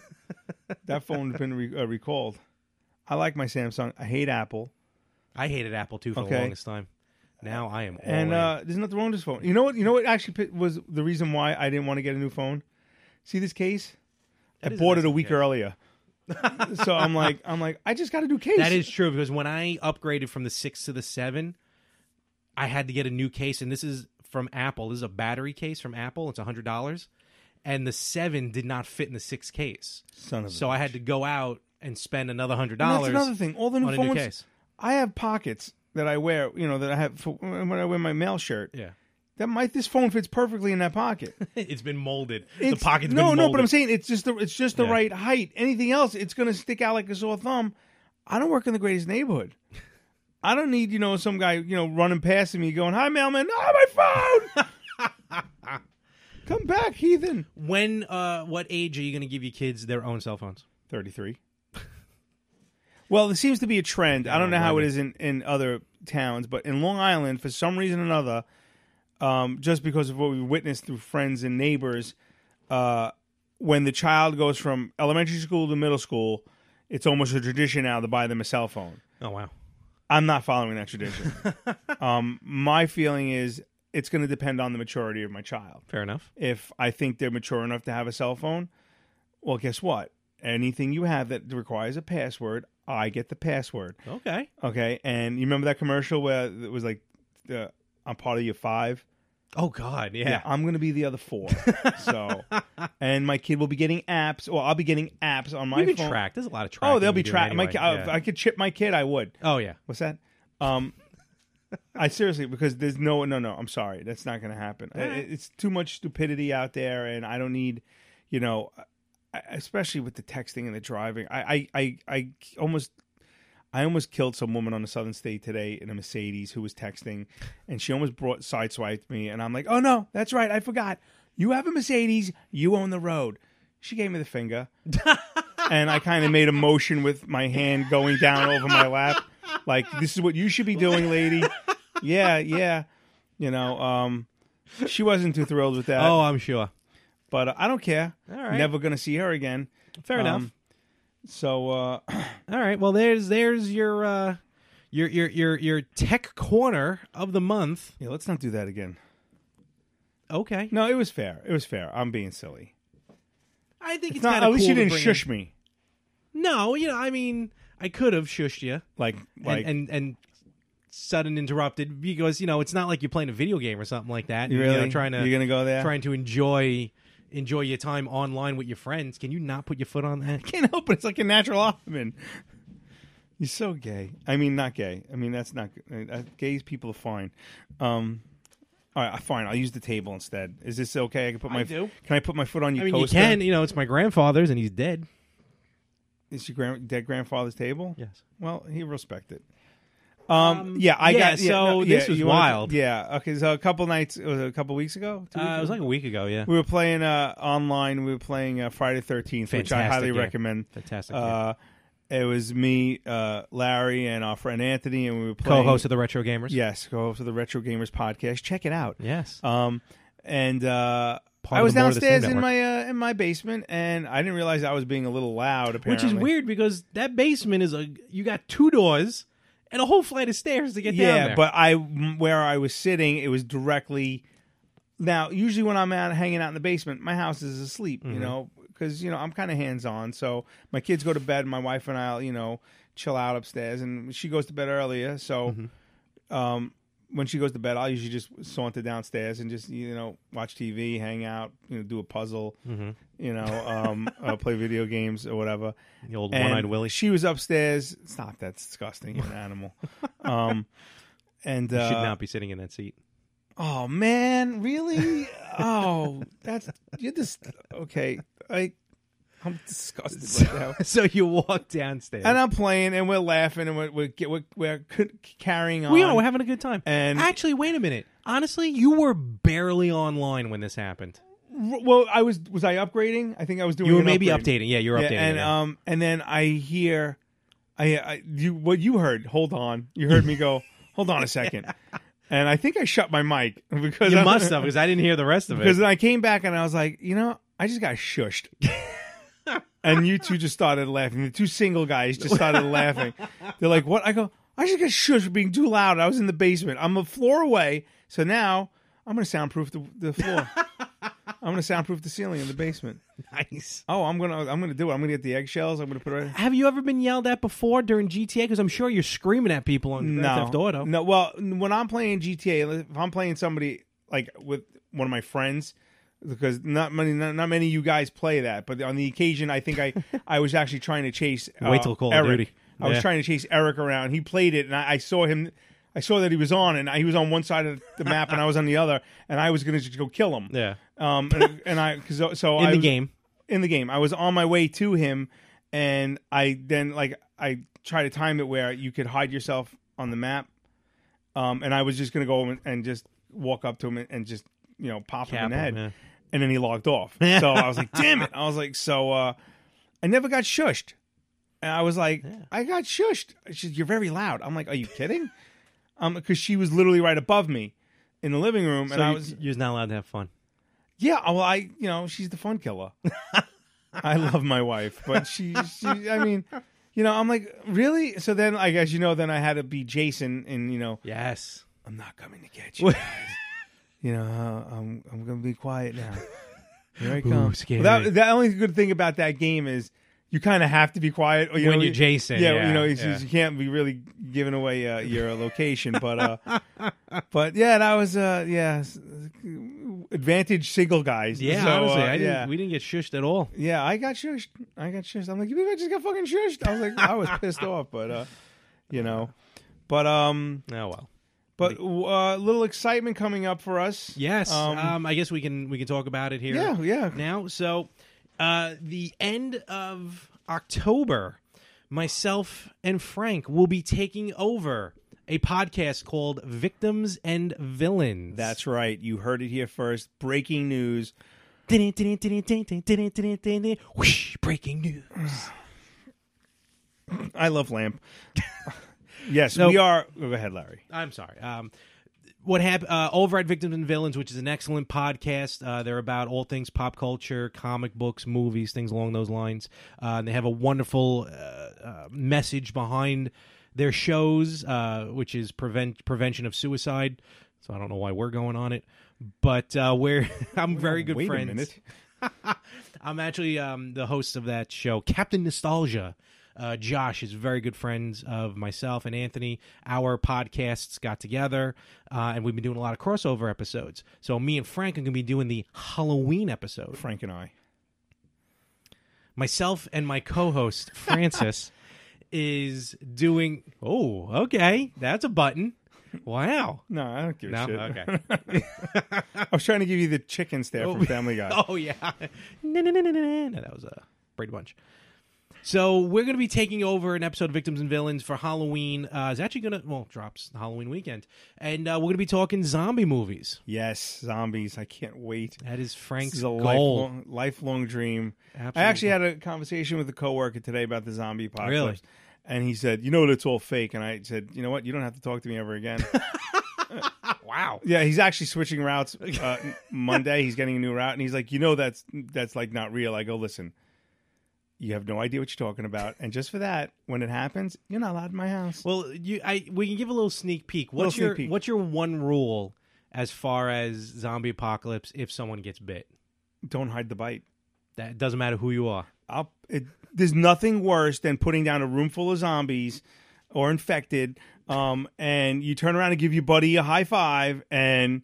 S2: that phone's been re- uh, recalled. I like my Samsung. I hate Apple.
S4: I hated Apple too for the
S2: Okay.
S4: longest time. Now I am all
S2: and
S4: in.
S2: uh, there's nothing wrong with this phone. You know what? You know what actually pi- was the reason why I didn't want to get a new phone. See this case? I
S4: is a
S2: bought it a
S4: nice
S2: week
S4: case.
S2: earlier. so I'm like, I'm like, I just got a new case.
S4: That is true because when I upgraded from the six to the seven, I had to get a new case, and this is from Apple. This is a battery case from Apple. It's hundred dollars, and the seven did not fit in the six case,
S2: son of a-
S4: so I had to go out and spend another hundred
S2: And
S4: dollars.
S2: That's another thing. All the
S4: on
S2: new
S4: a new
S2: phones.
S4: case.
S2: I have pockets that I wear. You know that I have for when I wear my mail shirt.
S4: Yeah,
S2: That might this phone fits perfectly in that pocket.
S4: it's been molded.
S2: It's,
S4: the pocket's
S2: no,
S4: been
S2: no. But I'm
S4: molded.
S2: saying it's just the it's just the
S4: Yeah.
S2: right height. Anything else, it's gonna stick out like a sore thumb. I don't work in the greatest neighborhood. I don't need you know some guy you know running past me going hi mailman oh my phone come back heathen
S4: when, uh, what age are you going to give your kids their own cell phones?
S2: thirty three. Well, there seems to be a trend. I don't know how it is in, in other towns, but in Long Island, for some reason or another, um, just because of what we witnessed through friends and neighbors, uh, when the child goes from elementary school to middle school, it's almost a tradition now to buy them a cell phone.
S4: Oh wow,
S2: I'm not following that tradition. um, my feeling is it's going to depend on the maturity of my child
S4: fair enough.
S2: if I think they're mature enough to have a cell phone, well, guess what? Anything you have that requires a password, I get the password.
S4: Okay,
S2: Okay. And you remember that commercial where it was like, the, I'm part of your five?
S4: Oh God, yeah.
S2: yeah, I'm gonna be the other four. so, and my kid will be getting apps. Well, I'll be getting apps on my
S4: you can
S2: phone.
S4: track. There's a lot of track.
S2: Oh, they'll be tracked. My ki- I-
S4: yeah.
S2: I could chip my kid. I would.
S4: oh yeah.
S2: What's that? Um, I seriously because there's no no no. I'm sorry, that's not going to happen. I- It's too much stupidity out there, and I don't need, you know, I- especially with the texting and the driving. I I I, I almost. I almost killed some woman on the Southern State today in a Mercedes who was texting, and she almost brought sideswiped me. And I'm like, "Oh no, that's right, I forgot. You have a Mercedes, you own the road." She gave me the finger, and I kind of made a motion with my hand going down over my lap, like this is what you should be doing, lady. Yeah, yeah. You know, um, she wasn't too thrilled with that,
S4: Oh, I'm sure.
S2: but uh, I don't care.
S4: All right.
S2: Never gonna see her again.
S4: Fair
S2: um,
S4: enough.
S2: So uh,
S4: All right. Well, there's there's your uh, your your your your tech corner of the month.
S2: yeah, let's not do that again.
S4: Okay.
S2: No, it was fair. It was fair. I'm being silly.
S4: I think it's,
S2: No,
S4: kind
S2: at
S4: of
S2: least
S4: cool
S2: you
S4: to
S2: didn't
S4: bring
S2: shush
S4: in-
S2: me.
S4: No, you know, I mean, I could have shushed you
S2: Like like
S4: and, and and sudden interrupted because you know it's not like you're playing a video game or something like that.
S2: You
S4: You know,
S2: really?
S4: trying to
S2: You're gonna go there?
S4: trying to enjoy enjoy your time online with your friends. Can you not put your foot on that?
S2: can't help it. It's like a natural ottoman. You're so gay. I mean, not gay. I mean, that's not good. Uh, gay people are fine. Um, all right, fine. I'll use the table instead. Is this okay? I can put my
S4: do.
S2: can I put my foot on
S4: I
S2: your
S4: mean,
S2: coaster?
S4: you can. You know, it's my grandfather's and he's dead.
S2: Is your grand, dead grandfather's table?
S4: Yes.
S2: Well, he respect it. Um, yeah, I
S4: yeah,
S2: got.
S4: so
S2: no,
S4: this was
S2: you wanna-
S4: wild.
S2: yeah. Okay. So a couple nights, was it a couple weeks ago. Two weeks
S4: Uh, it was
S2: ago?
S4: like a week ago. Yeah.
S2: we were playing uh, online. We were playing uh, Friday Thirteenth, which I
S4: Fantastic
S2: highly
S4: game.
S2: recommend.
S4: Fantastic
S2: Uh, it was me, uh, Larry, and our friend Anthony, and we were playing.
S4: Co-host of the Retro Gamers.
S2: yes, co-host of the Retro Gamers podcast. Check it out.
S4: Yes.
S2: Um, and uh,
S4: Part
S2: I
S4: of
S2: was
S4: the More of the Same
S2: downstairs in my uh, in my basement, and I didn't realize I was being a little loud.
S4: Which
S2: Apparently,
S4: is weird because that basement is a you got two doors and a whole flight of stairs to get down
S2: Yeah,
S4: there.
S2: but I where I was sitting, it was directly. Now, usually when I'm out hanging out in the basement, my house is asleep.
S4: Mm-hmm.
S2: You know, because you know I'm kind of hands on. So my kids go to bed. My wife and I'll you know chill out upstairs, and she goes to bed earlier. So,
S4: Mm-hmm.
S2: um, when she goes to bed, I'll usually just saunter downstairs and just you know watch TV, hang out, you know, do a puzzle,
S4: Mm-hmm.
S2: you know, um, uh, play video games or whatever.
S4: the old
S2: And
S4: one-eyed Willie.
S2: She was upstairs. Stop, that's disgusting. You're an animal. Um, and uh,
S4: should not be sitting in that seat.
S2: oh man, really? oh, that's you're just okay. I I'm disgusted right now.
S4: So you walk downstairs.
S2: And I'm playing, and we're laughing, and we're we're, get- we're, we're c- carrying on.
S4: we are we're having a good time.
S2: And-
S4: actually, wait a minute. Honestly, you were barely online when this happened.
S2: well, I was was I upgrading? I think I was doing.
S4: You were
S2: an
S4: maybe
S2: upgrade.
S4: updating. Yeah, you're
S2: Yeah,
S4: updating.
S2: and
S4: yeah.
S2: um, and then I hear, I, I you what you heard. Hold on, you heard me go. Hold on a second, and I think I shut my mic because
S4: you
S2: I-
S4: must have because I didn't hear the rest of
S2: because
S4: it.
S2: then I came back and I was like, you know, I just got shushed. and you two just started laughing. The two single guys just started laughing. They're like, what? I go, I just got shushed for being too loud. I was in the basement. I'm a floor away. So now I'm going to soundproof the, the floor. I'm going to soundproof the ceiling in the basement.
S4: Nice.
S2: Oh, I'm going to, I'm going to do it. I'm going to get the eggshells. I'm going to put it right.
S4: Have you ever been yelled at before during GTA? Because I'm sure you're screaming at people on Grand Theft Auto.
S2: No, well, when I'm playing GTA, if I'm playing somebody like with one of my friends, because not many, not, not many of you guys play that, but on the occasion, I think I, I was actually trying to chase. Uh,
S4: Wait till Call of
S2: Eric.
S4: Duty.
S2: I was
S4: Yeah.
S2: trying to chase Eric around. He played it, and I, I saw him. I saw that he was on, and I, he was on one side of the map, and I was on the other, and I was going to just go kill him.
S4: Yeah.
S2: Um. And, and I, cause, so- so
S4: In
S2: I
S4: the
S2: was-
S4: game.
S2: in the game. I was on my way to him, and I then like I tried to time it where you could hide yourself on the map, um, and I was just gonna go and, and just walk up to him and, and just you know pop him in the
S4: Cap
S2: head,
S4: him, yeah.
S2: and then he logged off. so I was like, damn it! I was like, so uh, I never got shushed, and I was like, I got shushed. She's, you're very loud. I'm like, are you kidding? um, because she was literally right above me in the living room,
S4: So
S2: and I
S4: you-
S2: was
S4: you're not allowed to have fun.
S2: yeah, well, I you know she's the fun killer. I love my wife, but she, she I mean, you know, I'm like really. So then, I guess you know, then I had to be Jason, and you know,
S4: Yes.
S2: I'm not coming to get you. you know, uh, I'm I'm gonna be quiet now. Here I come.
S4: scary.
S2: that, the only good thing about that game is you kind of have to be quiet or, you
S4: When
S2: know,
S4: you're Jason, yeah,
S2: you know, it's-
S4: yeah.
S2: you can't be really giving away uh, your location, but uh, but yeah, that was uh, yeah, s- advantage single guys.
S4: Yeah,
S2: So, uh,
S4: honestly, I didn't,
S2: yeah.
S4: we didn't get shushed at all.
S2: Yeah, I got shushed. I got shushed. I'm like, you think I just got fucking shushed? I was like, I was pissed off, but uh, you know, but um,
S4: Oh well.
S2: but uh, little excitement coming up for us.
S4: Yes. Um,
S2: Um,
S4: I guess we can we can talk about it here.
S2: Yeah, yeah.
S4: Now, so uh, the end of October, myself and Frank will be taking over a podcast called Victims and Villains.
S2: That's right. You heard it here first. Breaking news.
S4: Whoosh, breaking news.
S2: I love Lamp. yes,
S4: No.
S2: we are. Go ahead, Larry.
S4: I'm sorry. Um, what happened uh, over at Victims and Villains, which is an excellent podcast. Uh, they're about all things pop culture, comic books, movies, things along those lines. Uh, and they have a wonderful uh, uh, message behind their shows, uh, which is prevent prevention of suicide. So I don't know why we're going on it, but uh, we're I'm very good
S2: wait a
S4: friends.
S2: minute.
S4: I'm actually um, the host of that show, Captain Nostalgia. Uh, Josh is very good friends of myself and Anthony. Our podcasts got together, uh, and we've been doing a lot of crossover episodes. So me and Frank are going to be doing the Halloween episode.
S2: Frank and I.
S4: Myself and my co-host Francis is doing. Oh, okay, that's a button. Wow.
S2: No, I don't give a
S4: No?
S2: shit.
S4: Okay.
S2: I was trying to give you the chicken staff from Family Guy.
S4: Oh yeah. No, no, no, no, no, no. That was a Brady Bunch. So we're going to be taking over an episode of Victims and Villains for Halloween. Uh, it's actually going to well drops Halloween weekend, and uh, we're going to be talking zombie movies.
S2: Yes, zombies. I can't wait.
S4: That
S2: This
S4: is Frank's
S2: is a
S4: goal.
S2: lifelong, lifelong dream. I
S4: Absolutely.
S2: actually had a conversation with a coworker today about the zombie apocalypse.
S4: Really?
S2: And he said, "You know, it's all fake." And I said, "You know what? You don't have to talk to me ever again."
S4: Wow.
S2: yeah, he's actually switching routes uh, Monday. He's getting a new route, and he's like, "You know, that's that's like not real." I go, "Listen, you have no idea what you're talking about, and just for that, when it happens, you're not allowed in my house."
S4: Well, you, I we can give a little sneak peek. What's
S2: Little
S4: your
S2: sneak peek.
S4: what's your one rule as far as zombie apocalypse? If someone gets bit,
S2: don't hide the bite.
S4: that doesn't matter who you are.
S2: I'll, it, there's nothing worse than putting down a room full of zombies or infected, um, and you turn around and give your buddy a high five, and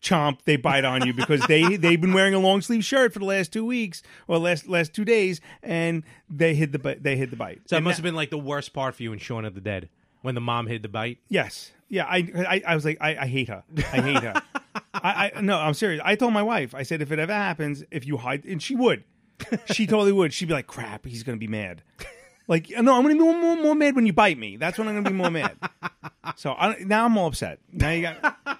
S2: chomp, they bite on you because they they've been wearing a long sleeve shirt for the last two weeks or last last two days, and they hid the bi- they hid the bite.
S4: So that
S2: And
S4: must have been like the worst part for you in Shaun of the Dead when the mom hid the bite.
S2: Yes. Yeah. I I, I was like, I, I hate her. I hate her. I, I no, I'm serious. I told my wife, I said, if it ever happens, if you hide, and she would, she totally would. She'd be like, crap, he's gonna be mad. Like, no, I'm gonna be more, more, more mad when you bite me. That's when I'm gonna be more mad. So I, now I'm all upset. Now you got.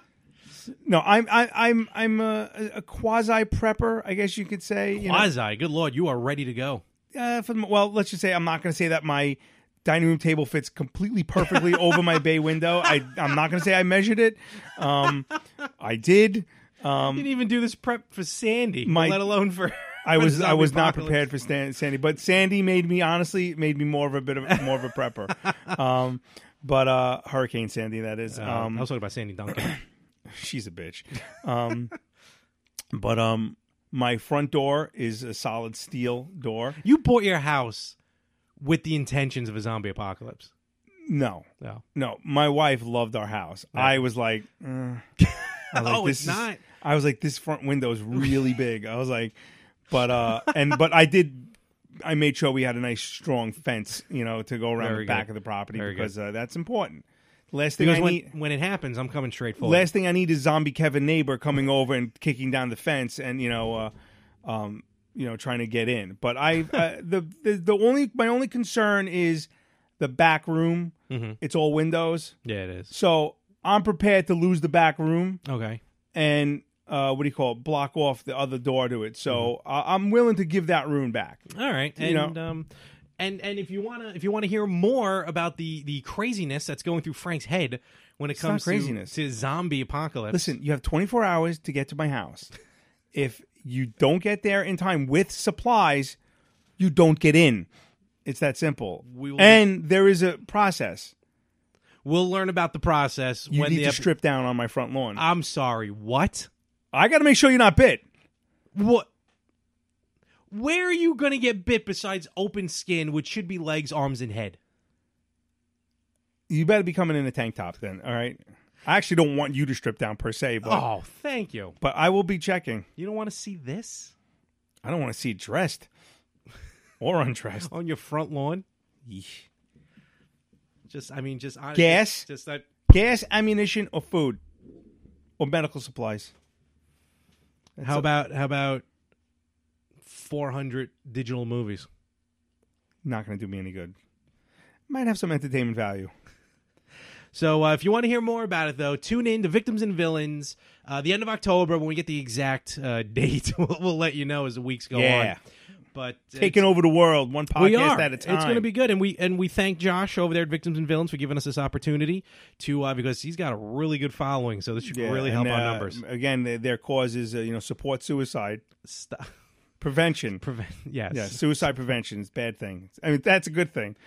S2: No, I'm I, I'm I'm a, a quasi prepper, I guess you could say. You know?
S4: Quasi, good lord, you are ready to go.
S2: uh, for the, well, let's just say I'm not going to say that my dining room table fits completely perfectly over my bay window. I I'm not going to say I measured it. Um, I did. Um,
S4: didn't even do this prep for Sandy,
S2: My-
S4: let alone for.
S2: I
S4: for
S2: was I was not
S4: zombie
S2: prepared for Stan, Sandy, but Sandy made me honestly made me more of a bit of more of a prepper. Um, but uh, Hurricane Sandy, that is.
S4: apocalypse. Um,
S2: Um,
S4: I was talking about Sandy Duncan.
S2: she's a bitch. Um, but um, my front door is a solid steel door.
S4: you bought your house with the intentions of a zombie apocalypse.
S2: No,
S4: No.
S2: No, my wife loved our house. I was like, uh, I was like,
S4: Oh, it's
S2: is-
S4: not.
S2: I was like, this front window is really big. I was like, but uh, and but I did. I made sure we had a nice strong fence, you know, to go around
S4: Very
S2: the back
S4: good.
S2: of the property
S4: Very
S2: because uh, that's important. Last thing
S4: Because
S2: I
S4: when,
S2: need,
S4: when it happens, I'm coming straight for
S2: last thing I need is zombie Kevin neighbor coming over and kicking down the fence and you know, uh, um, you know, trying to get in. But I uh, the, the the only my only concern is the back room.
S4: Mm-hmm.
S2: It's all windows.
S4: you. Yeah, it is.
S2: So I'm prepared to lose the back room
S4: Okay.
S2: and uh, what do you call it? Block off the other door to it. So
S4: Mm-hmm.
S2: I I'm willing to give that room back.
S4: All right. And
S2: You know.
S4: um and and if you want to if you want to hear more about the the craziness that's going through Frank's head when it
S2: not
S4: comes to-
S2: craziness.
S4: to zombie apocalypse.
S2: Listen, you have 24 hours to get to my house. if you don't get there in time with supplies, you don't get in. It's that simple.
S4: We will-
S2: and there is a process.
S4: we'll learn about the process
S2: You
S4: when
S2: need
S4: the
S2: to
S4: epi-
S2: strip down on my front lawn. I,
S4: I'm sorry. What?
S2: got to make sure you're not bit.
S4: What? Where are you going to get bit besides open skin, which should be legs, arms, and head?
S2: You better be coming in a tank top then. All right. I actually don't want you to strip down per se, but
S4: Oh, thank you.
S2: but I will be checking.
S4: You don't want to see this
S2: I don't want to see you dressed or undressed.
S4: on your front lawn? Yeesh. Just, I mean, just I,
S2: Gas?
S4: Just that.
S2: Gas, ammunition, or food, or medical supplies.
S4: How about how about four hundred digital movies?
S2: Not going to do me any good. Might have some entertainment value.
S4: So uh, if you want to hear more about it, though, tune in to Victims and Villains. Uh, the end of October, when we get the exact uh, date, we'll, we'll let you know as the weeks go
S2: Yeah.
S4: on. But uh,
S2: Taking
S4: it's-
S2: over the world, one podcast
S4: we are.
S2: at a time.
S4: It's going to be good, and we and we thank Josh over there at Victims and Villains for giving us this opportunity to uh, because he's got a really good following, so this should
S2: Yeah,
S4: really help
S2: and,
S4: our
S2: uh,
S4: numbers.
S2: Again, their, their cause is uh, you know support suicide
S4: Stop.
S2: prevention.
S4: Prevent. Yes.
S2: yeah, suicide prevention is a bad thing. I mean, that's a good thing.